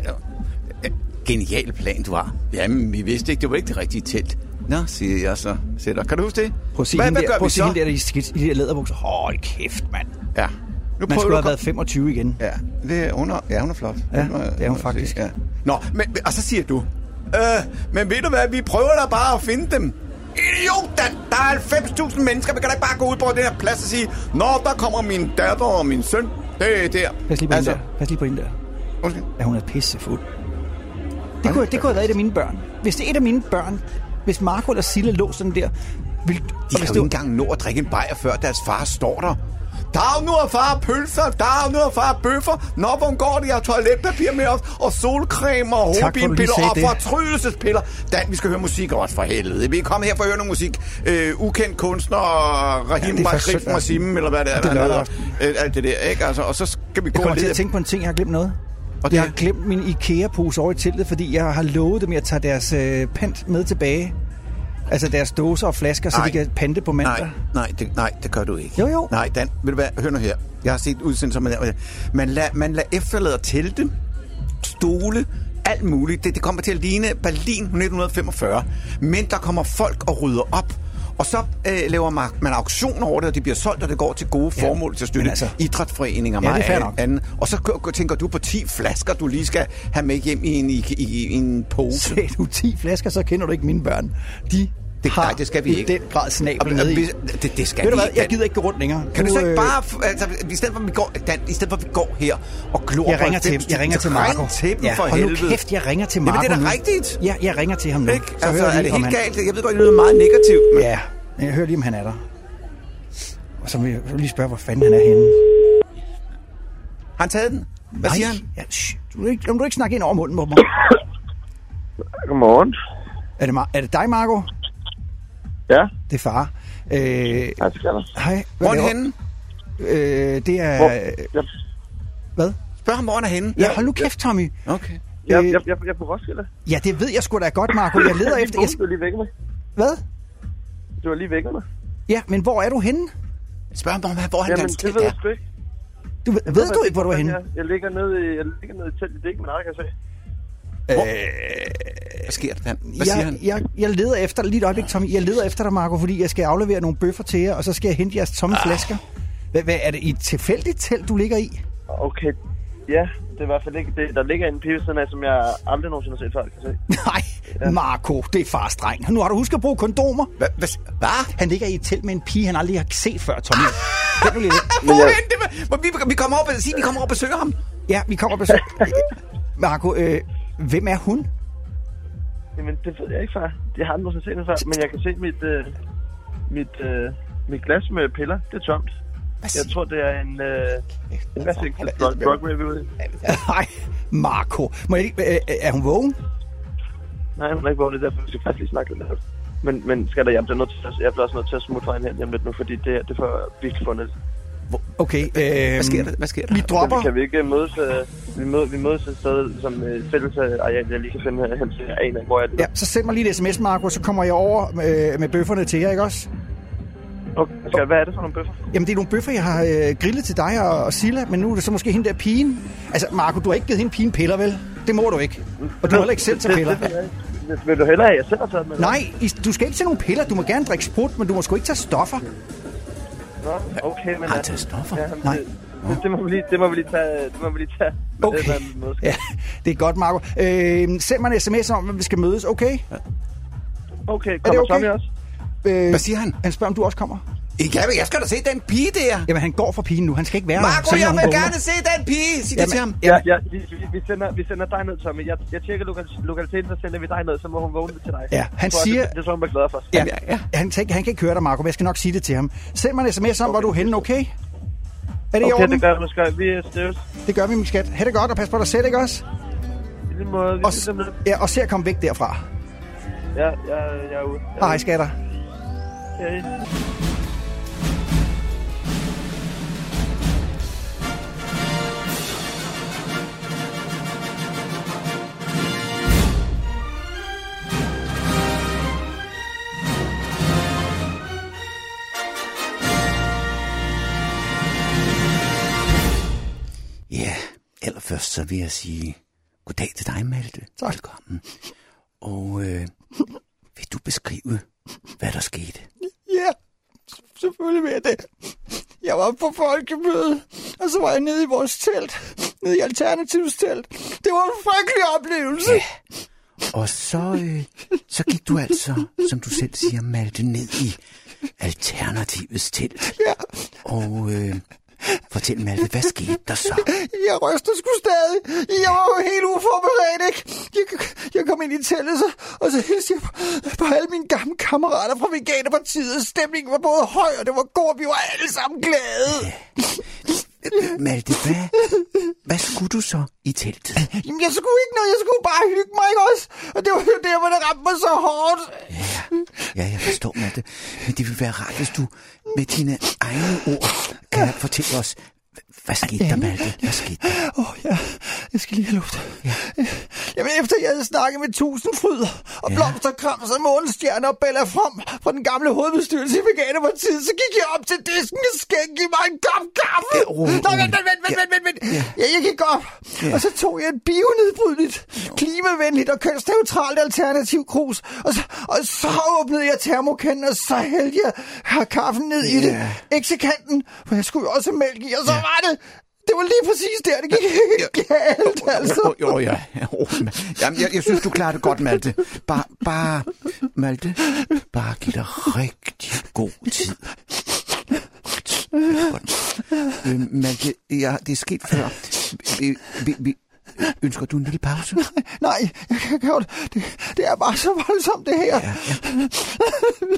øh, Genial plan, du har. Jamen, vi vidste ikke, det var ikke det rigtige telt. Nå, siger jeg så. Sætter. Kan du huske det?
Prøv at se
Hvad-
hende
hvad
der,
gør
prøv
vi
at se
så?
hende der i, skidt- i de der læderbukser. Hold kæft, mand.
Ja. Nu
Man
prøver
skulle
du
have
at
været 25 igen.
Ja, det er, hun er, ja, hun er flot.
Ja,
Hun
det er hun faktisk.
Ja. Nå, men, og så siger du, øh, men ved du hvad, vi prøver da bare at finde dem. Idiot, der, der er 90.000 mennesker, vi kan da ikke bare gå ud på den her plads og sige, Nå, der kommer min datter og min søn, det er der. Altså,
Pas lige på hende der. Pas lige på hende der.
undskyld.
Ja, hun er pissefuld. Det kunne, det kunne have været et af mine børn. Hvis det er et af mine børn, hvis Marco eller Sille lå sådan der, ville,
De kan jo ikke engang nå at drikke en bajer, før deres far står der. Der er jo nu af far pølser, der er jo nu af far bøffer. Nå, hvor går det? Jeg har toiletpapir med os, og solcreme og
Tak, hvor du lige
hovedpinepiller
sagde
og
det.
fortrydelsespiller. Dan, vi skal høre musik også for helvede. Vi er kommet her for at høre noget musik. Øh, ukendt kunstner, Rahim
det er
ja,
først
Bakrif
søndag.
Rasim, eller hvad det er,
Det er
der
lørdag
hedder. Øh, alt det der, ikke? Altså, og så skal vi
Jeg
gå
kommer
og
til
lede.
at tænke på en ting, jeg har glemt noget.
Og
Og
det
jeg har
er?
glemt min IKEA-pose over i teltet, fordi jeg har lovet dem, at jeg tager deres øh, pant med tilbage. Altså deres dåser og flasker, så
Nej.
de kan pante på mandag.
Nej, nej, det, nej, det gør du ikke.
Jo, jo.
Nej, Dan, ved du hvad, hør nu her. Jeg har set udsendelser, man, man, lad, man lader efterlader telte, stole, alt muligt. Det, det kommer til at ligne Berlin 1945. Men der kommer folk og rydder op. Og så øh, laver man, man auktion over det, og det bliver solgt, og det går til gode
Ja,
formål til at støtte
men
altså,
altså-
idrætsforeninger.
Ja, det er fair
meget
nok.
Andet. Og så kø- tænker du på 10 flasker, du lige skal have med hjem i en, i, i, i en pose.
Sagde du 10 flasker, så kender du ikke mine børn. De
Det-
har
nej, det skal vi
i
ikke.
den grad snabel
Og-
ned i.
og hvis- det- det skal
Ved du
vi
hvad,
ikke,
jeg
Dan.
gider ikke gå rundt længere.
Kan du så ikke
øh,
bare, f- altså, i stedet for, at vi går, Dan, i stedet for, at vi går her og glor
Jeg
på
ringer til, dem.
90.000,
jeg ringer
så
til Marco.
Ring til dem
ja.
for
Hold
helvede.
nu kæft, jeg ringer til Marco
Jamen, det er da
nu.
rigtigt.
Ja, jeg ringer til ham nu.
Ikke? Altså,
hører vi
er det
om
helt
han-
galt? Jeg ved godt, det lyder meget negativt, men
Ja, jeg hører lige, om han er der. Og så vil jeg så vil jeg lige spørge, hvor fanden han er henne.
har han taget den? Hvad siger han?
Ja, shh, du må ikke, om du ikke snakke ind over munden på mig.
Godmorgen.
Er det, Mar- er det dig, Marco?
Ja,
Det er far. Øh,
jeg skal der.
hej.
Hvor er han
laver-
henne?
Øh, det er...
Hvor,
øh,
jeg,
Hvad?
Spørg ham, hvor han er henne.
Ja, hold nu kæft, Tommy.
Okay.
jeg,
Øh,
jeg, jeg, jeg er på Roskilde.
Ja, det ved jeg sgu da godt, Marco. Jeg leder efter... Jeg...
Du har lige vækket mig.
Hvad?
Du har lige vækket mig.
Ja, men hvor er du henne?
Spørg ham, hvor han- hvor han
Jamen,
dansk
det ved jeg sgu ikke.
Du, ved, ved du ikke, hvor du er henne?
Jeg, jeg ligger nede i, jeg ligger nede i teltet. Det er ikke min eget, kan jeg se.
Øh.
Hvad sker der, Dan? Hvad siger
jeg,
han?
jeg, jeg leder efter dig, lige et øjeblik, Tommy. Jeg leder efter dig, Marco, fordi jeg skal aflevere nogle bøffer til jer, og så skal jeg hente jeres
Ah.
tomme flasker. Hvad, hvad er det i et tilfældigt telt, du ligger i?
Okay, ja, det er i hvert fald ikke det. Der ligger en pige ved siden af, som jeg aldrig nogensinde har set før, kan jeg se.
Nej, Marco, det er fars dreng. Nu har du husket at bruge kondomer.
Hvad? Hvad? Hvad?
Han ligger i et telt med en pige, han aldrig har set før, Tommy. Kan du lige det?
Ah. Hvor er han? Det var- hvor- vi- Vi kommer op og sige, vi kommer op og besøger ham.
Ja, vi kommer og besøger. Marco, øh, hvem er hun?
Jamen, det ved jeg ikke, far. Jeg har aldrig nogensinde set hende før, men jeg kan se mit, øh, mit, øh, mit glas med piller. Det er tomt. Jeg tror, det er en... Øh, en masse Broadway ude. i.
Nej, Marco. Må jeg, lige- øh, er hun vågen?
Nej, hun er ikke vågen, det er derfor, vi skal faktisk lige snakke lidt om men, men skal der, jeg bliver, nødt til, at- jeg bliver også nødt til at smutte fra hende hjem lidt nu, fordi det, her, det får virkelig fundet.
Okay, øh,
Hvad sker der? Hvad sker der?
Vi dropper.
Kan vi ikke mødes, øh, vi, mød, vi mødes et sted som øh, fælles øh, areal, jeg lige kan finde her hen til jeg aner ikke, hvor jeg er det.
Ja, så send mig lige et sms, Marco, så kommer jeg over øh, med bøfferne til jer, ikke også?
Okay, skal, hvad er det for nogle bøffer?
Jamen, det er nogle bøffer, jeg har øh, grillet til dig og, og Silla, men nu er det så måske hende der pigen. Altså, Marco, du har ikke givet hende pigen piller, vel? Det må du ikke. Og du har heller ikke selv tage
Det-
piller.
det ved jeg ikke. Det- Vil du hellere have, at jeg selv har taget med?
Nej, I- du skal ikke tage nogen piller. Du må gerne drikke sprut, men du må sgu ikke tage stoffer.
Okay, men...
Har han
altså,
taget stoffer?
ja, men
Nej.
Det, det, det, må vi lige, det må vi lige tage. Det må vi lige tage. med
Okay.
Det, der, vi mødes.
Ja, det er godt, Marco. Øh, send mig en sms om, at vi skal mødes, okay?
Okay,
Er det
kommer
okay?
Tommy også?
Øh, Hvad siger han? Han spørger, om du også kommer.
Ja, men jeg skal da se den pige der.
Jamen, han går fra pigen nu. Han skal ikke være
Marco,
der.
jeg vil gerne se den pige. Sig det
Jamen,
til ham.
Ja, ja vi, vi- vi, sender, vi sender dig ned, Tommy. Jeg, jeg tjekker lokal- lokaliteten, så sender vi dig ned, så må hun vågne til dig.
Ja, han
tror, jeg,
siger-
Det, det tror jeg, hun er glad for.
Ja, ja. Han, tænker, han kan ikke høre dig, Marco, men jeg skal nok sige det til ham. Send mig en sms om, hvor du er henne, okay? Er det i
okay,
orden?
det gør jeg, du skal. Vi støves.
Det gør vi, min skat. Ha' det godt, og pas på dig selv, ikke også?
I lige måde, vi
Og,
ses om lidt.
ja, og se at komme væk derfra.
Ja, jeg, jeg er ude. Jeg er
Hej,
ude.
skatter.
Hej.
Ja, allerførst så vil jeg sige goddag til dig, Malte. Tak. Velkommen. Og øh, vil du beskrive, hvad der skete?
Ja, selvfølgelig vil jeg det. Jeg var på folkemøde, og så var jeg nede i vores telt. Nede i Alternativs telt. Det var en frygtelig oplevelse. Ja.
Og så, øh, så gik du altså, som du selv siger, Malte, ned i Alternativets telt.
Ja.
Og øh, fortæl, Malte, hvad skete der så?
Jeg ryster sgu stadig. Jeg var jo helt uforberedt, ikke? Jeg, jeg kom ind i teltet, så, og så hilste jeg på, på alle mine gamle kammerater fra Veganerpartiet. Stemningen var både høj, og det var god, og vi var alle sammen glade.
Malte, hvad, hvad skulle du så i teltet?
Jamen, jeg skulle ikke noget. Jeg skulle bare hygge mig, ikke også? Og det var jo der, hvor det ramte mig så hårdt.
Ja, jeg forstår, Malte. Men det ville være rart, hvis du med dine egne ord kan fortælle os, h- hvad skete der, Malte? Hvad skete der?
Åh, oh, ja. Jeg skal lige have luft. Ja. Jamen, efter jeg havde snakket med tusindfryder og ja. blomsterkrams og månestjerner og Bella From fra den gamle hovedbestyrelse i Veganerpartiet, så gik jeg op til disken og skænkede give mig en kop kaffe.
Ja, rolig,
Nå,
rolig.
vent, vent, vent, vent, vent, vent, vent.
Ja.
Ja. ja, jeg gik op,
Ja.
ja. og så tog jeg et bionedbrydeligt, klimavenligt og kønsneutralt alternativ krus, og så, og så åbnede jeg termokanden, og så hældte jeg her kaffen ned i det.
Ja.
Ikke til kanten, for jeg skulle jo også have mælk i, og så ja. var det... Det var lige præcis der, det gik helt galt, altså.
Jo, jo, ja. Jo, Jamen, jeg, jeg synes, du klarer det godt, Malte. Bare, bare, Malte, bare giv dig rigtig god tid. Godt. Øh, Malte, ja, det er sket før. Vi, vi, vi, ønsker du en lille pause?
Nej, jeg kan ikke høre det. det. Det er bare så voldsomt, det her. Ja, ja.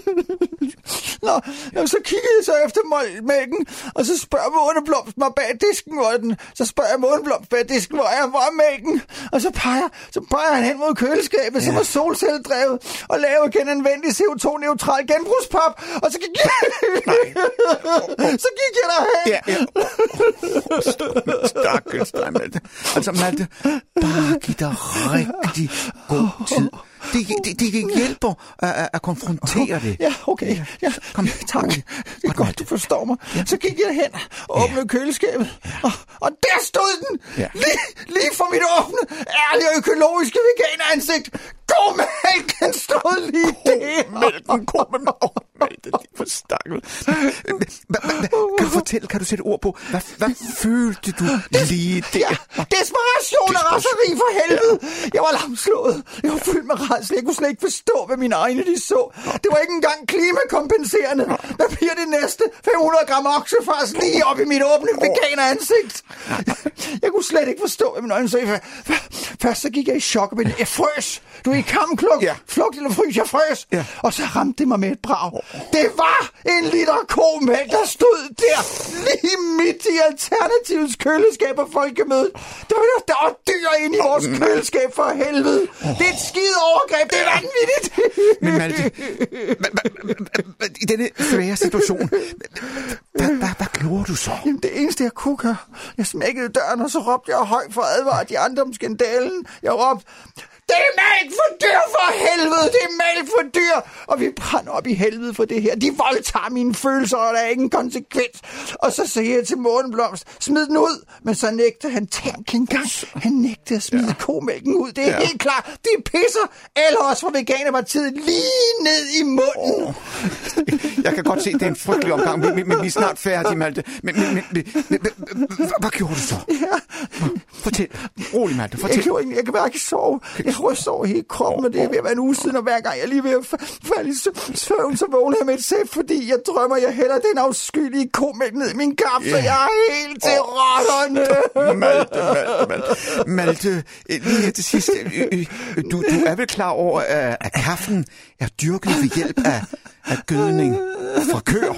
Nå, jamen, så kiggede jeg så efter mål- mælken, og så spørger måneblomst mig bag disken, hvor er den. Så spørger jeg måneblomst bag disken, hvor er, hvor er mælken? Og så peger, så peger han hen mod køleskabet, ja. som var solcelledrevet, og laver genanvendelig CO2-neutral genbrugspap, og så gik jeg... så gik jeg derhen.
Ja, ja. Stakkels dig, Malte. Altså, Malte, bare giv dig rigtig god tid. Det, det, det, det hjælper at, at- at konfrontere det.
Ja, okay. Ja, kom. Tak. Det er godt, du forstår mig. Så gik jeg hen og åbnede køleskabet, og, og der stod den!
Ja.
Lige, lige for mit åbne, ærlige og økologiske veganansigt. God mælk, den stod lige der.
Mælken, god med mig. Malte, det er for stakkel. Hva- hva- hva- Kan du fortælle, kan du sætte ord på, hvad, hvad følte du lige
Ja,
der?
desperation og raseri for helvede. Jeg var lamslået. Jeg var fyldt med rædsel. Jeg kunne slet ikke forstå, hvad mine egne de så. Det var ikke engang klimakompenserende. Hvad bliver det næste? 500 gram oksefars lige op i mit åbne veganer ansigt. Jeg kunne slet ikke forstå, hvad mine øjne så. F- f- Først så gik jeg i chok, men jeg frøs. Du er i kamkluk.
Ja.
Flugt eller frys, jeg frøs.
Ja.
Og så ramte det mig med et brag. Det var en liter komælk, der stod der, lige midt i Alternativets køleskab og folkemødet. Der var, der var dyr inde i vores køleskab for helvede. Det er et skide overgreb, det er vanvittigt.
Men Malte, hva- hva- hva- hva- i denne svære situation, hvad, hvad, hvad gjorde du så?
Jamen, det eneste, jeg kunne gøre, jeg smækkede døren, og så råbte jeg højt for at advare de andre om skandalen. Jeg råbte, det er mælk for dyr for helvede, det er mælk for dyr, og vi brænder op i helvede for det her. De voldtager mine følelser, og der er ingen konsekvens. Og så siger jeg til Morgenblomst, smid den ud, men så nægter han tænk engang. Han nægter at smide ja. komælken ud, det er
Ja.
ja. helt klart. De pisser alle os fra Veganerpartiet lige ned i munden. Oh.
Jeg kan godt se, det er en frygtelig omgang, men, men, men vi er snart færdige, Malte. Men, men, men, men, men, men hvad, hvad gjorde du så?
Ja.
Fortæl. Rolig, mand. Fortæl.
Jeg kan, jo ikke, jeg kan hverken sove. Jeg ryster over hele kroppen, og det er ved at være en uge siden, og hver gang jeg lige er ved at fa- falde i sø- søvn, så vågner jeg med et sæt, fordi jeg drømmer, jeg hælder den afskyelige komik ned i min kaffe.
Ja.
Yeah. Jeg er helt til oh. rotterne.
Malte, Malte, Malte. Malte, øh, lige her til sidst. øh, øh, øh, Du, du er vel klar over, øh, at kaffen er dyrket ved hjælp af, af gødning fra køer?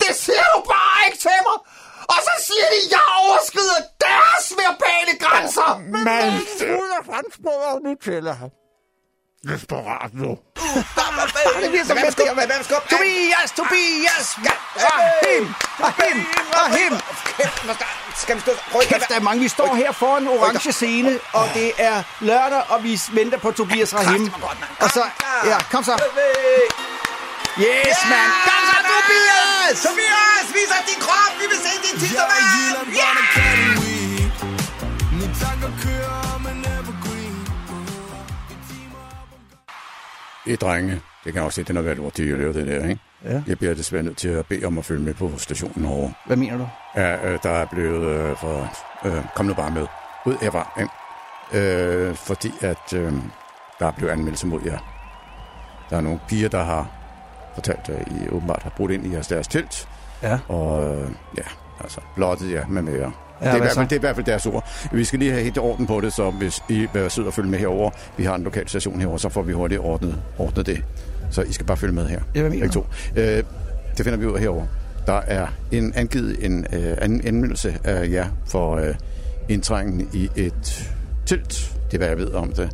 Det siger du bare ikke til mig. Og så siger de, jeg overskrider deres verbale grænser. Men
Malte.
Gud, hvad fanden spørger jeg nu til ham?
Desperat nu.
Det bliver så fedt, det her, mand. Hvem skal op? Tobias, Tobias! Ja, Rahim! Rahim! Rahim! Kæft, man skal- skal vi stå... Prøv
Kæft, der er mange. Vi står her foran en orange scene, og det er lørdag, og vi venter på Tobias Rahim. Og så, ja, kom så. Yes, mand. Kom så, Tobias!
Tobias, vis os din krop! Vi vil se din tidsmand! Ja!
I drenge, det kan også se, den har været ord til at lave det der, ikke?
Ja.
Jeg bliver desværre nødt til at bede om at følge med på stationen over.
Hvad mener du?
Ja, øh, der er blevet øh, for... Øh, kom nu bare med. Ud herfra, ikke? Øh, fordi at øh, der er blevet anmeldelse mod jer. Der er nogle piger, der har fortalt, at I åbenbart har brudt ind i jeres deres telt.
Ja.
Og øh, ja, altså blottet jer med mere.
Ja,
Ja, det, er i
hvad
hvert
så?
fald, det er i hvert fald deres ord. Vi skal lige have helt orden på det, så hvis I vil sidde og følge med herover, vi har en lokal station herover, så får vi hurtigt ordnet, ordnet det. Så I skal bare følge med her.
Ja, hvad mener
Begge to. Øh, det finder vi ud af herover. Der er en angivet en øh, anden anmeldelse af jer for øh, indtrængen i et telt. Det er, hvad jeg ved om det.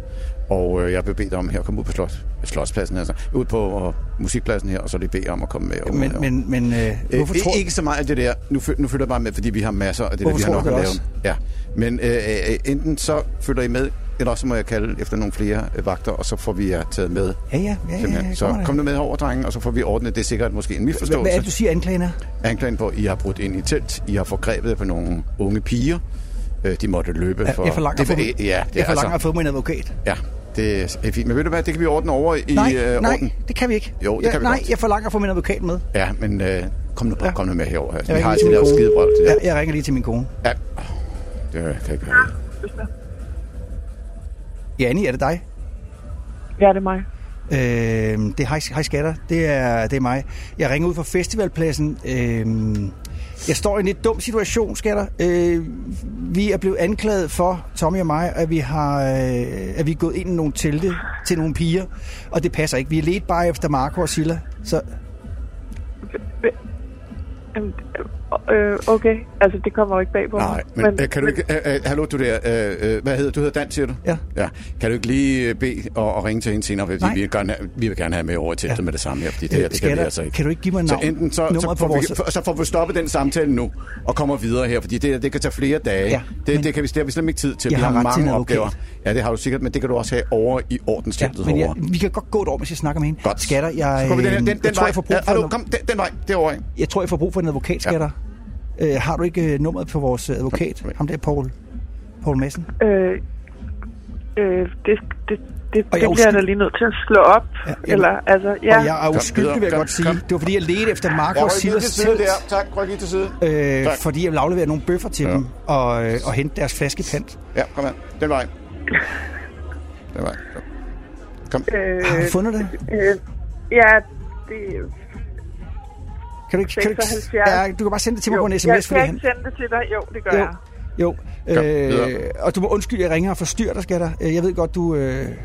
Og øh, jeg blev bedt om her at komme ud på slot, slotspladsen, altså ud på øh, musikpladsen her, og så lige bedt om at komme med. over
Men,
herover.
men, men øh, hvorfor
Øh,
tror
ikke så meget af det der. Nu, fø- nu følger jeg bare med, fordi vi har masser af det
Hvorfor
der, vi har
tror du
nok at
det
lave. Ja. Men øh, øh, enten så følger I med, eller også må jeg kalde efter nogle flere øh, vagter, og så får vi jer taget med.
Ja, ja, ja, ja,
Simpelthen.
ja
så kom nu med herover, drengen, og så får vi ordnet det er sikkert måske en misforståelse.
Hvad er det, du siger, anklagen er?
Anklagen på, at I har brudt ind i et telt, I har forgrebet på nogle unge piger, øh, de måtte løbe
Jeg-
for...
Jeg forlanger,
det,
at få,
ja, det er
jeg forlanger
altså,
at få mig en advokat.
Ja, det er fint. Men ved du hvad, det kan vi ordne over i
nej,
øh,
nej,
orden.
det kan vi ikke.
Jo, det
jeg,
kan vi
Nej,
godt.
jeg forlanger at få min advokat med.
Ja, men øh, kom, nu, kom nu med herover.
Jeg
Vi
ringer
har
lige
altid
til
lavet
min kone.
skidebrøl til det.
Ja, jeg ringer lige til min kone.
Ja. Det kan ikke være.
Ja, Annie, er det dig?
Ja, det er mig.
Øh, det er hej, hej skatter, det er, det er mig. Jeg ringer ud fra festivalpladsen. Øh, jeg står i en lidt dum situation, skatter. Øh, vi er blevet anklaget for, Tommy og mig, at vi har øh, at vi er gået ind i nogle telte til nogle piger, og det passer ikke. Vi er let bare efter Marco og Silla. Så
Jamen, øh, okay, altså det kommer jo ikke bag på
Nej,
mig.
men, men øh, kan du ikke... Øh, øh, hallo, du der... Øh, øh, hvad hedder du? Du hedder Dan, siger du?
Ja.
ja. Kan du ikke lige øh, bede og, og ringe til hende senere? Fordi
Nej. Øh,
vi vil, gerne have, vi vil gerne have med over i teltet ja. med det samme her, fordi det, her, det kan vi
skatter,
altså ikke.
kan du ikke give mig
Så
navn-
enten så, så,
nummeret på
får vi,
vores-
for- så får vi stoppet den samtale nu, og kommer videre her, fordi det, her, det kan tage flere dage.
Ja,
det, det, kan vi, det har vi slet ikke tid til.
Jeg
vi
har
har,
ret til en
mange
advokat.
opgaver. Ja, det har du sikkert, men det kan du også have over i ordensteltet
men jeg,
herovre.
vi kan godt gå et år, hvis jeg snakker med hende. Godt. Skatter, jeg,
Så går vi den her- den-
jeg
den
tror,
vej.
jeg får brug
Ja,
for...
hallo,
en-
kom, den- den vej, derovre.
Jeg tror, jeg får brug for en advokat, skatter. Øh, har du ikke øh, nummeret på vores øh, advokat? Ham der, Paul. Paul Madsen.
Øh, øh, det, det, det,
Og jeg
det
er
bliver jeg da
uskyldig.
lige nødt til at slå op. Ja, eller, altså, ja.
Og jeg er uskyldig, vil jeg godt sige. Det var fordi, jeg ledte efter Marco
Jeg
og
rykker lige
Silas
til siden
telt.
Tak, ryk lige til siden.
Øh,
Tak.
fordi jeg ville aflevere nogle bøffer til ja. dem og, øh, og hente deres flaskepant.
Ja, kom her. Den vej. Den vej. Kom.
Øh,
Har du fundet det?
Øh, ja, det...
Kan du ikke, kan du, ikke,
76.
ja, du kan bare sende det til mig
jo,
på en sms.
Jeg
fordi
skal
han-
ikke sende det til dig. Jo, det gør
Jo.
jeg.
Jo,
Kom,
øh,
videre.
og du må undskylde, jeg ringer og forstyrrer dig, skatter. Øh, Jeg ved godt, du øh, hellere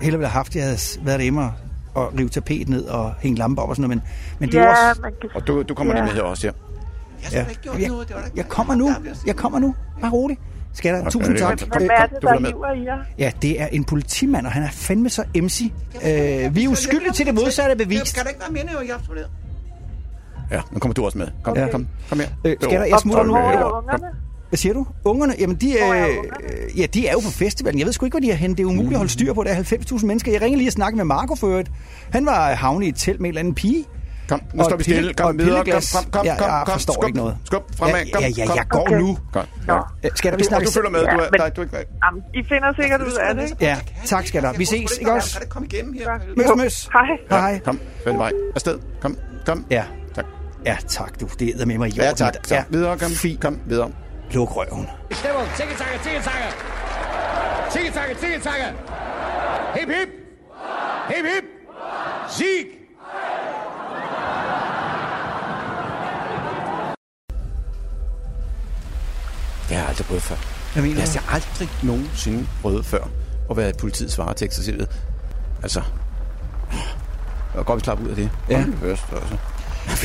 ville have haft, at jeg havde s- været derhjemme og, og rive tapet ned og hænge lampe op og sådan noget, men, men det er
Ja,
jo også...
man kan-
Og du, du kommer ja. lige med her også, ja.
Ja. Jeg, jeg kommer nu, jeg kommer nu. Bare rolig. Skatter, tusind tak.
Hvem
Øh,
er
kom,
det,
du følger
der
med.
hiver i jer?
Ja, det er en politimand, og han er fandme så MC. Øh, vi er uskyldige til det modsatte er bevist.
Kan du ikke være mere nervøs?
Ja, nu kommer du også med. Kom,
Ja.
ja. kom, kom her.
Øh, skal der, jeg smutter nu. Hvad siger du? Ungerne? Jamen, de, øh, øh, ja, de er jo på festivalen. Jeg ved sgu ikke, hvor de har hentet. Det er umuligt at holde styr på. Der er 90.000 mennesker. Jeg ringer lige og snakker med Marco for øvrigt. Han var havnet i et telt med en eller anden pige. Øh,
Kom, nu
Og
står vi
et pille-
stille. Kom
og et
videre. Kom,
pilleglas.
kom, kom,
Jeg-
kom,
Jeg
kom.
forstår
Skub,
ikke noget.
skub, fremad,
Ja,
kom,
Ja, ja,
kom.
jeg går
Okay.
nu.
Godt.
Øh, Skal der, vi
Og du- og
snakkes?
du følger med. Du er-
Ja, men-
nej, du er ikke-
Jamen, I finder sikkert ud af det, ikke?
Ja, tak skal der. Vi ses, ikke også?
Kom igennem her.
Møs, møs.
Hej.
Hej.
Kom, følg vej. Afsted. Kom, kom.
Ja.
Tak.
Ja, tak du. Det er med mig i
Ja, tak. Så videre, kom.
Kom videre. Luk røven.
Stemmer. Tikke takke, tikke takke. Tikke takke, tikke takke. Hip hip. Hip hip. Sieg.
Det har jeg aldrig prøvet før.
Jeg mener,
jeg har aldrig nogensinde prøvet før at være i politiets varetægt. Så siger jeg, altså, og godt vi slap ud af det.
Ja.
Hold nu først, altså.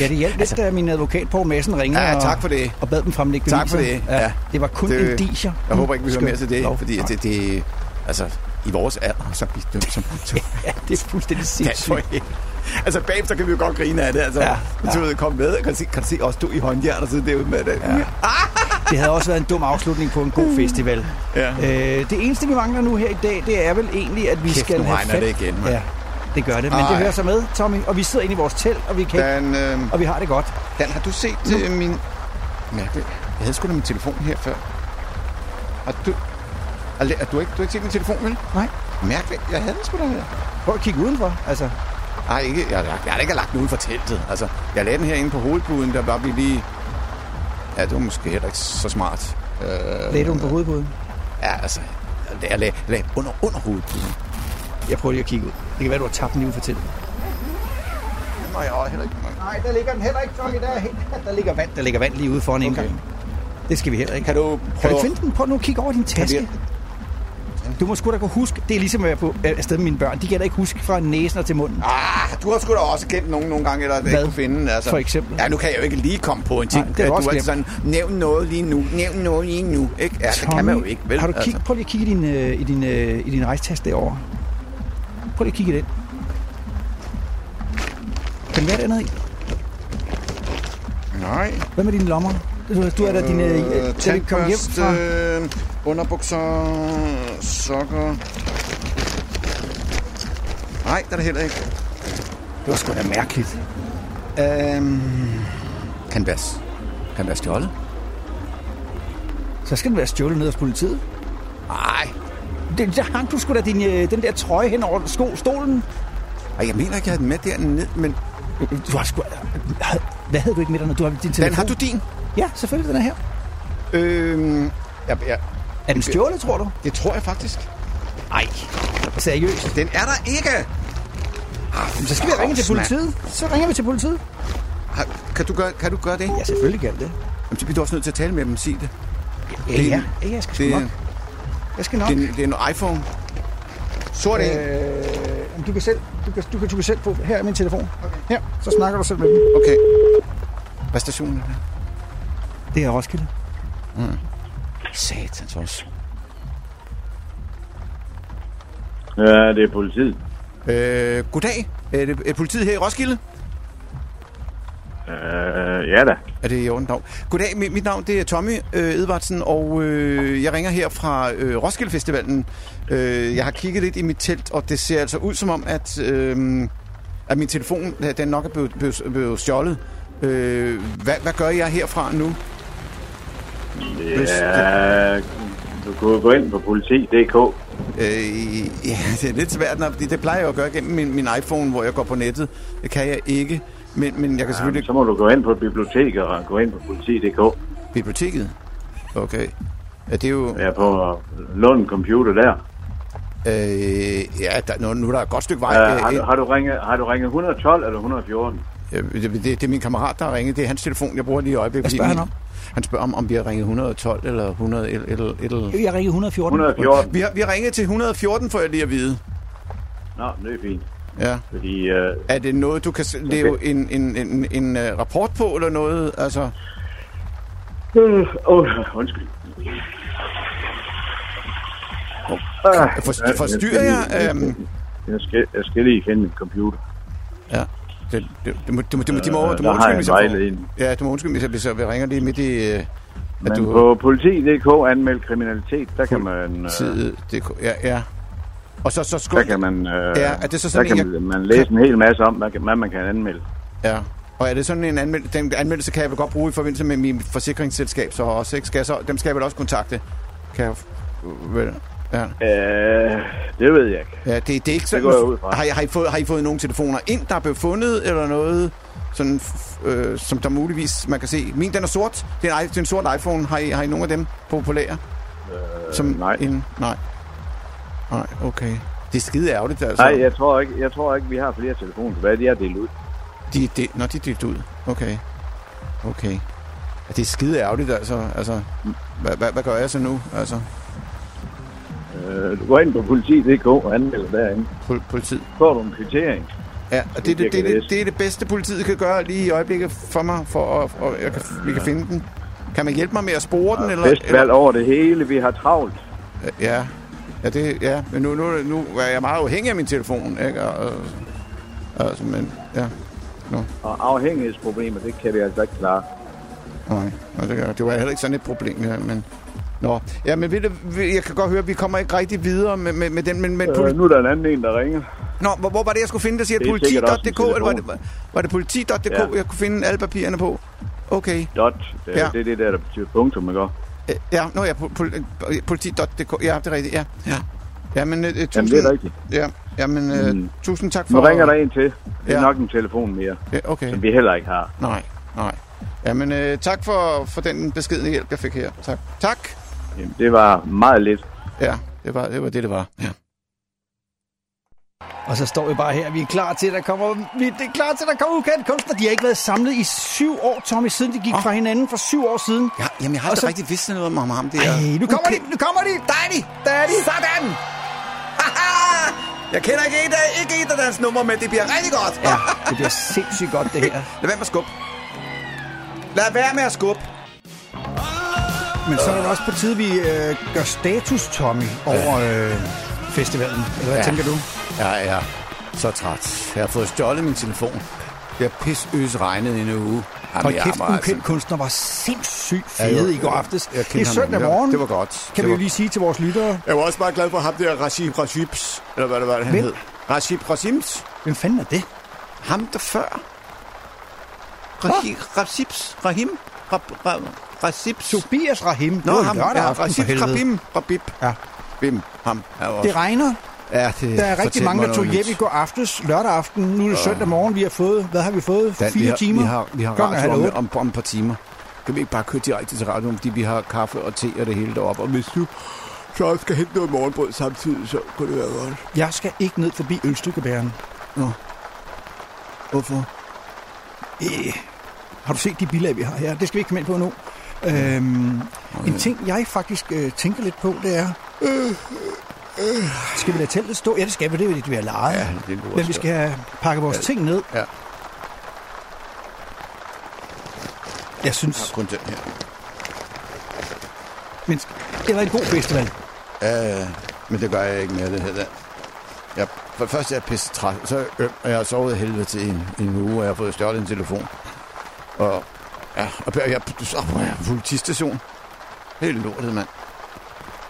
Ja, det hjalp altså, lidt, da min advokat Poul Madsen ringede
Ja,
og-
tak for det.
og bad dem fremlægge
Tak for
beviser.
det. Ja.
Det var kun
Det-
indiger.
Jeg håber ikke, vi hører
Skønt.
mere til det,
Nå,
fordi at
nej.
det, det altså, i vores alder, så bliver dømt som ja,
det er fuldstændig
sindssygt. Altså bagefter kan vi jo godt grine af det, altså.
Ja,
Ja, ja. Du ved, kom med, kan du se, kan du se os stå i håndhjertet, så det er jo med det. Ja.
Det havde også været en dum afslutning på en god festival.
Ja.
Øh, det eneste, vi mangler nu her i dag, det er vel egentlig, at vi
Kæft,
skal
nu
have
regner
fat...
det igen, mand.
Ja, det gør det, men Ej.
Ej.
det hører sig med, Tommy. Og vi sidder inde i vores telt, og vi kan
Dan, øh...
og vi har det godt.
Dan, har du set øh, min... Mærkeligt. Jeg havde sgu da min telefon her før. Og du... Og la- Du har, ikke, du har ikke set min telefon, vel?
Nej.
Mærkeligt. Jeg havde den sgu da her.
Prøv at kigge udenfor, altså.
Øh. Nej, ikke. Jeg, jeg, jeg har da ikke lagt den uden for teltet. Altså, jeg lagde den herinde på hovedbuden, der var vi lige... Ja, det var måske heller ikke så smart. Øh,
Lagde du den på hovedpuden?
Ja, altså... Jeg, jeg lagde, lagde den under, under hovedpuden.
Jeg prøver lige at kigge ud. Det kan være, du har tabt den lige for teltet.
Nej, jeg har heller ikke...
Nej, der ligger den heller ikke, Tommy. Der, er helt- der ligger vand. Der ligger vand lige ude foran okay. indgangen. Det skal vi heller ikke.
Kan du
Kan du
prøve-
ikke finde den? Prøv nu at kigge over din taske. Du må sgu da kunne huske. Det er ligesom at være på øh, afsted med mine børn. De kan da ikke huske fra næsen og til munden.
Ah, du har sgu da også glemt nogen nogle gange, eller jeg
Hvad?
ikke kunne finde. Altså.
For eksempel?
Ja, nu kan jeg jo ikke lige komme på en ting.
Nej, det er
du
også
er
glemt.
sådan, nævn noget lige nu, nævn noget lige nu. Ikke? Ja, Altså, det kan man jo ikke, vel? Altså.
Har du kig, Prøv lige at kigge i din, øh, i din, øh, i din rejstaske derovre. Prøv lige at kigge i den. Kan den være dernede i?
Nej.
Hvad med dine lommer? Du, du er der dine... Øh, da vi kom hjem fra...
øh, underbukser, sokker. Nej, der er det heller ikke.
Det var sgu da mærkeligt.
Øhm, kan være, s- kan være stjålet?
Så skal den være stjålet ned hos politiet.
Nej.
Det, der hang du sgu da din, øh, den der trøje hen over sko, stolen.
Ej, jeg mener ikke, jeg havde den med derned, men...
Du har sgu... Hvad havde du ikke med dig, når du har din telefon?
Den har du din?
Ja, selvfølgelig, den er her.
Øhm, jeg, jeg,
Er den stjålet, tror du?
Det tror jeg faktisk.
Nej. Seriøst?
Den er der ikke! Ah,
Så skal vi ringe til politiet. Så ringer vi til politiet.
Har- Kan du gøre, kan du gøre det? Ja,
selvfølgelig kan det.
Jamen, så bliver du også nødt til at tale med dem, sig det.
Ja,
Det er
ja.
en-
ja jeg skal sgu
det er-
nok. Jeg skal nok.
Det er, en, det er en iPhone. Sort en.
Øh, jamen, du kan selv, du kan, du kan, du kan selv på. Her er min telefon. Okay. Her, så snakker du selv med dem.
Okay. Hvad er stationen er det?
Det er Roskilde.
Mm. Satans også.
Ja, det er politiet.
Øh, goddag. Er det er politiet her i Roskilde?
Øh, ja da.
Er det i orden dag? Goddag, mit, mit navn det er Tommy øh, Edvardsen, og øh, jeg ringer her fra øh, Roskilde Festivalen. Øh, jeg har kigget lidt i mit telt, og det ser altså ud som om, at, øh, at min telefon øh, den nok er blevet, blevet, blevet stjålet. Øh, hvad, hvad gør jeg herfra nu? Hvis
Ja, du kan gå ind på politi.dk.
Øh, ja, det er lidt svært, når, det, det plejer jeg jo at gøre gennem min, min iPhone, hvor jeg går på nettet. Det kan jeg ikke, men, men jeg kan selvfølgelig...
Jamen, så må du gå ind på biblioteket og gå ind på politi.dk.
Biblioteket? Okay. Ja, det er jo...
Ja, på øh, Lund Computer der.
Øh, ja, der, nu, nu er der et godt stykke vej.
Øh,
øh,
har,
ind.
du, har, du ringet, har du ringet 112 eller 114?
Ja, det, det, det er min kammerat, der har ringet. Det er hans telefon, jeg bruger lige i øjeblikket. Hvad spørger han om? Han spørger om, om vi har ringet 112 eller 100 eller... eller, eller...
Øh, Jeg ringer 114.
114.
Vi har, vi har ringet til 114, får jeg lige at vide.
Nå, det er fint.
Ja.
Fordi, øh,
Er det noget, du kan s- lave en, en, en, en øh, rapport på, eller noget? Altså,
øh, åh, undskyld.
for, for, forstyrrer jeg? Øhm,
Jeg skal, jeg skal lige finde min computer.
Ja. Det, det, det, må, det, må, det må, de må,
Øh,
du må
der har
undskylde,
jeg
hvis
en
jeg
vejledning.
får... Ja, du må undskylde, hvis jeg, hvis jeg hvis jeg ringer lige midt i... øh,
Men du... på politi.dk anmeld kriminalitet, der kan man... Øh,
Politiet.dk, ja, ja. Og så, så
der
skub...
kan man, øh,
Ja, er det så sådan
der
en,
kan
jeg-
man læse en hel masse om, hvad, kan- hvad man kan anmelde.
Ja. Og er det sådan en anmeld... den anmeldelse, kan jeg vel godt bruge i forbindelse med min forsikringsselskab, så også, ikke? Skal jeg så... Dem skal jeg vel også kontakte? Kan jeg... f- Vel... Ja.
Øh, det ved jeg ikke.
Ja, det, det er ikke sådan...
går jeg ud fra.
har, I, har, I fået, har I fået nogle telefoner ind, der er blevet fundet, eller noget, sådan, f- øh, som der muligvis man kan se? Min, den er sort. Det er en, i- det er en sort iPhone. Har I, har I nogle af dem populære?
Øh,
Som nej. En, nej. Nej, okay. Det er skide ærgerligt, altså.
Nej, jeg tror ikke, jeg tror ikke vi har flere telefoner tilbage. De er delt ud.
De, er de, når de er delt ud. Okay. Okay. Ja, det er skide ærgerligt, altså. altså hvad, hvad, hvad gør jeg så nu, altså?
Øh, du går ind på politi.dk og anmelder derinde.
Pol- politiet?
Får du en kvittering?
Ja, og det, det, det, det, det er det bedste, politiet kan gøre lige i øjeblikket for mig, for at, og jeg kan, vi kan finde den. Kan man hjælpe mig med at spore den? Eller,
Festival
eller?
over det hele. Vi har travlt.
Ja. Ja, det, ja. Men nu, nu, nu er jeg meget afhængig af min telefon, ikke? Og, og, altså, men, ja. Nå,
Og afhængighedsproblemer, det kan vi altså ikke klare.
nej. Nå, det, gør- det var heller ikke sådan et problem, ja, men... Nå, ja, men ved du, ved- jeg kan godt høre, at vi kommer ikke rigtig videre med, med, med den, men... men
Øh, nu er der en anden en, der ringer.
Nå, hvor, hvor var det, jeg skulle finde? Der siger
Det er sikkert også en
politi.dk, eller var det,
telefon.
var det politi.dk,
Ja.
jeg kunne finde alle papirerne på? Okay.
Dot. Det,
Ja.
ja. det er det der, der betyder punktum, ikke? også?
Øh, Ja, nå ja, pol- pol- øh, politi.dk. Ja, det er rigtigt, ja. Ja, ja men øh, øh, tusind...
Jamen, det er rigtigt.
Ja, ja men øh,
Mm.
tusind tak for...
Nu ringer der en til. Det er
Ja.
ja. nok en telefon mere,
Ja, okay.
som vi heller ikke har.
Nej, nej. Ja, men øh, tak for, for den beskedne hjælp, jeg fik her. Tak. Tak.
Jamen, det var meget lidt.
Ja, det var det, var det, det var. Ja.
Og så står vi bare her. Vi er klar til, at der kommer, vi det er klar til, at der kommer ukendt kunstner. De har ikke været samlet i syv år, Tommy, siden de gik oh. fra hinanden for syv år siden.
Ja, Ah, jamen, jeg har
Og
aldrig
så-
rigtig vidst noget om ham, ham der.
Ej, nu kommer de, nu kommer de.
Der er de! Der er de! Sådan! Haha! Jeg kender ikke et, af- ikke et af deres numre, men det bliver rigtig godt. Ja.
Det bliver sindssygt godt, det her.
Lad være med at skubbe. Lad være med at skubbe.
Men så er det også på tide, vi øh, gør status, Tommy, over øh, festivalen. Eller hvad ja. tænker du?
Jeg er så træt. Jeg har fået stjålet min telefon. Jeg har pisøs regnet i en uge. Jamen,
Hold
jeg
kæft,
var
ukendt
altså-
kunstner var sindssygt
Ja, jo,
fede i går
jo.
aftes.
Jeg
Det er
kender ham
søndag
nemlig.
morgen.
Det var godt.
Kan
Det
vi jo
var-
lige sige til vores lyttere.
Jeg var også bare glad for ham der, Rashid Raships, eller hvad det var, han
Hvem?
hed. Rashid Rashims.
Hvem fanden er det?
Ham der før. Rashid Raships. Rahim. Rab- Ra- Raships.
Tobias Rahim. Det
Nå,
var
ham.
lørdag
Ja,
aften, for
Raships
helvede.
Rabim. Rabib.
Ja.
Bim. Ham. er jo også-
Det regner.
Ja, det
Der er rigtig
fortæl
mange,
mig
der tog
noget
hjem
nyt.
i går aftes, lørdag aften. Nu er det søndag morgen. Vi har fået, hvad har vi fået?
Dan,
Fire
vi har,
timer.
Vi har, vi har
Klokken er
radio
halv
om,
otte.
om, om et par timer. Kan vi ikke bare køre direkte til radioen, fordi vi har kaffe og te og det hele deroppe. Og hvis du så også skal hente noget morgenbrød samtidig, så kunne det være godt.
Jeg skal ikke ned forbi ølstykkebæren.
Nå. Hvorfor?
Øh, har du set de billeder, vi har her? Det skal vi ikke komme ind på nu. Øhm, en ting, jeg faktisk øh, tænker lidt på, det er... Øh, øh, skal vi lade teltet stå? Ja, det skal vi. Det er det, vi har lejet.
Ja, det er en god
Men vi
idé.
skal have pakke vores ting ned.
Ja.
Jeg
Jeg har
synes,
kun den her.
men det var en god festival.
Ja, ja. men det gør jeg ikke mere, det her der. Jeg, for det første er jeg pisse træt, så er jeg øm, og jeg har sovet af helvede til en, en uge, og jeg har fået stjålet en telefon. Og, ja, og jeg, jeg, så var jeg på politistation. Helt lortet, mand.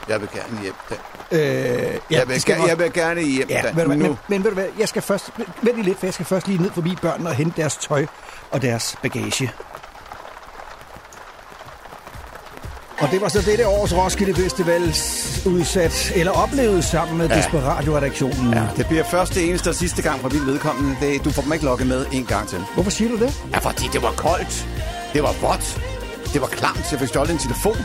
Jeg vil gerne hjem, Dan.
Øh,
Ja, jeg, vil
det skal
gerne,
også-
jeg vil gerne hjem,
Ja,
Dan.
ved du, hvad,
nu.
men, men ved du hvad, jeg skal først, vent lige lidt, for jeg skal først lige ned forbi børnene og hente deres tøj og deres bagage. Og det var så dette års Roskilde Festival udsat, eller oplevet sammen med ja.
Ja.
Desperatio-redaktionen. Ja.
Ja, det bliver første, eneste og sidste gang fra min vedkommende. Det, du får dem ikke lukket med en gang til.
Hvorfor siger du det?
Ja, fordi det var koldt. Det var vådt. Det var klamt. Jeg fik stjålet en telefon.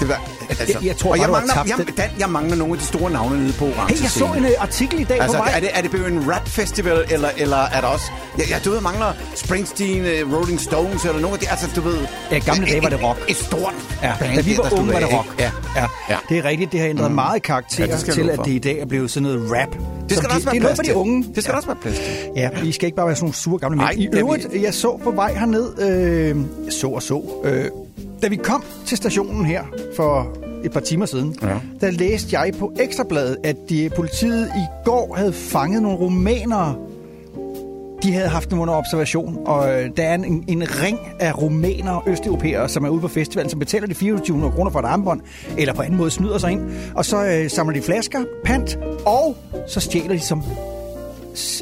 Det var, altså.
Jeg- jeg tror
og
bare,
jeg
du har
mangler,
tabt
jeg,
den.
Dan, jeg mangler nogle af de store navne nede på orange
Hey, jeg så
scene.
en øh, artikel i dag
Altså,
på mig.
er det, er det blevet en rap festival, eller, eller er der også... Ja, ja, du ved, jeg mangler Springsteen, øh, Rolling Stones, eller nogen af de... Altså, du ved...
Ja, i gamle dage var det rock.
Et, et stort
Ja,
band,
da vi
der
var
stod
unge, var
bag,
det rock.
ikke? Ja.
ja.
Ja.
Det er rigtigt, det har ændret mm. meget karakter
Ja,
ja,
det skal
til,
du
at
for.
det i dag er blevet sådan noget rap.
Det
som
skal der også
det
være
er noget
plads
for de
til.
unge.
Det skal der også være plads til.
Ja, vi skal ikke bare være sådan nogle sure gamle mænd.
Nej,
I
ja,
øvrigt,
vi-
jeg så på vej herned, øh, så og så, øh, da vi kom til stationen her for et par timer siden, ja. der læste jeg på Ekstrabladet, at de, politiet i går havde fanget nogle rumænere. De havde haft dem under observation, og øh, der er en, en ring af rumænere og østeuropæere, som er ude på festivalen, som betaler de 2400 kroner for et armbånd, eller på anden måde snyder sig ind, og så øh, samler de flasker, pant, og så stjæler de som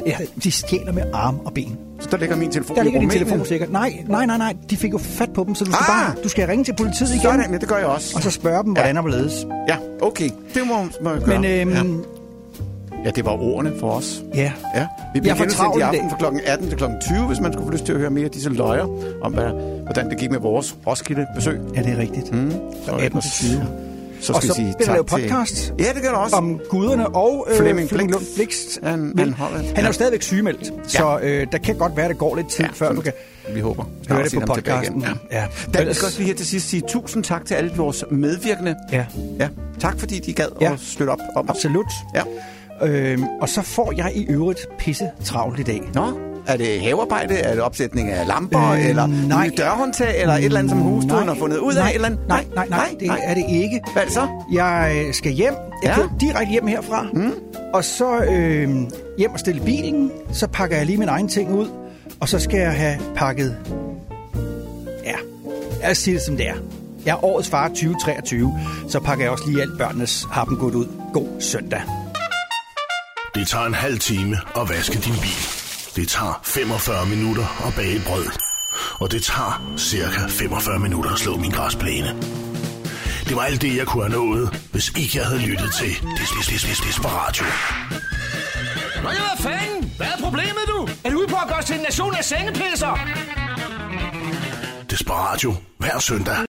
Ja, de stjæler øh, med arme og ben.
Så der ligger min telefon
Der
i
ligger din
Rumænien.
telefon sikkert. Nej, nej, nej, nej. De fik jo fat på dem, så du skal, ah, bare, du skal ringe til politiet igen.
Sådan, men det gør jeg også.
Og så spørge dem, hvordan og hvorledes.
Ja, okay. Det må, må jeg gøre.
Men, øhm,
ja. ja, det var ordene for os.
Ja.
ja. Vi
Jeg
bliver
er for
genudsendt
travl
i
i
aften
dag.
fra kl. 18 til kl. 20, hvis man skulle få lyst til at høre mere af disse løjer om, hvad, hvordan det gik med vores Roskilde-besøg.
Ja, det er rigtigt.
Mm. Så
18 til 20.
Så skal
og
vi
så
sige
vil
tak
lave
til-
podcast
Ja, det gør du også.
om guderne og øh,
Flemming
Flemming
Blixt.
Lund Blikst.
Han-
vil.
han holder-
han
ja.
er jo stadigvæk sygemeldt, så øh, der kan godt være, det går lidt tid, før du kan...
Vi håber.
Hør det
se
på
ham tilbage
podcasten.
igen. Ja.
Ja.
Der, vi
Ellers-
skal også lige her til sidst sige tusind tak til alle vores medvirkende.
Ja.
ja. Tak fordi de gad ja.
Ja.
at støtte op om os.
Absolut.
Ja.
Øhm, og så får jeg i øvrigt pisse travlt i dag.
Nå, er det havearbejde? Er det opsætning af lamper? Øh, eller nej. Mm, nye dørhåndtag? Eller et eller andet, som husduen har fundet ud af?
nej,
Et eller andet?
Nej, nej, nej, nej, det nej. er det ikke.
Hvad er det så?
Jeg øh, skal hjem. Jeg
Ja.
ja. kører direkte hjem herfra. Mm. Og så øh, hjem og stille bilen. Så pakker jeg lige min egen ting ud. Og så skal jeg have pakket... Ja, jeg siger det som det er. Jeg er årets far 2023. Så pakker jeg også lige alt børnenes harpengud ud. God søndag.
Det tager en halv time at vaske din bil. Det tager 45 minutter at bage et brød. Og det tager cirka 45 minutter at slå min græsplæne. Det var alt det, jeg kunne have nået, hvis ikke jeg havde lyttet til Des- Des- Des- Des- Desperatio.
Nå ja, hvad fanden? Hvad er problemet, du? Er du ude på at gøre os til en nation af sengepisser?
Desperatio hver søndag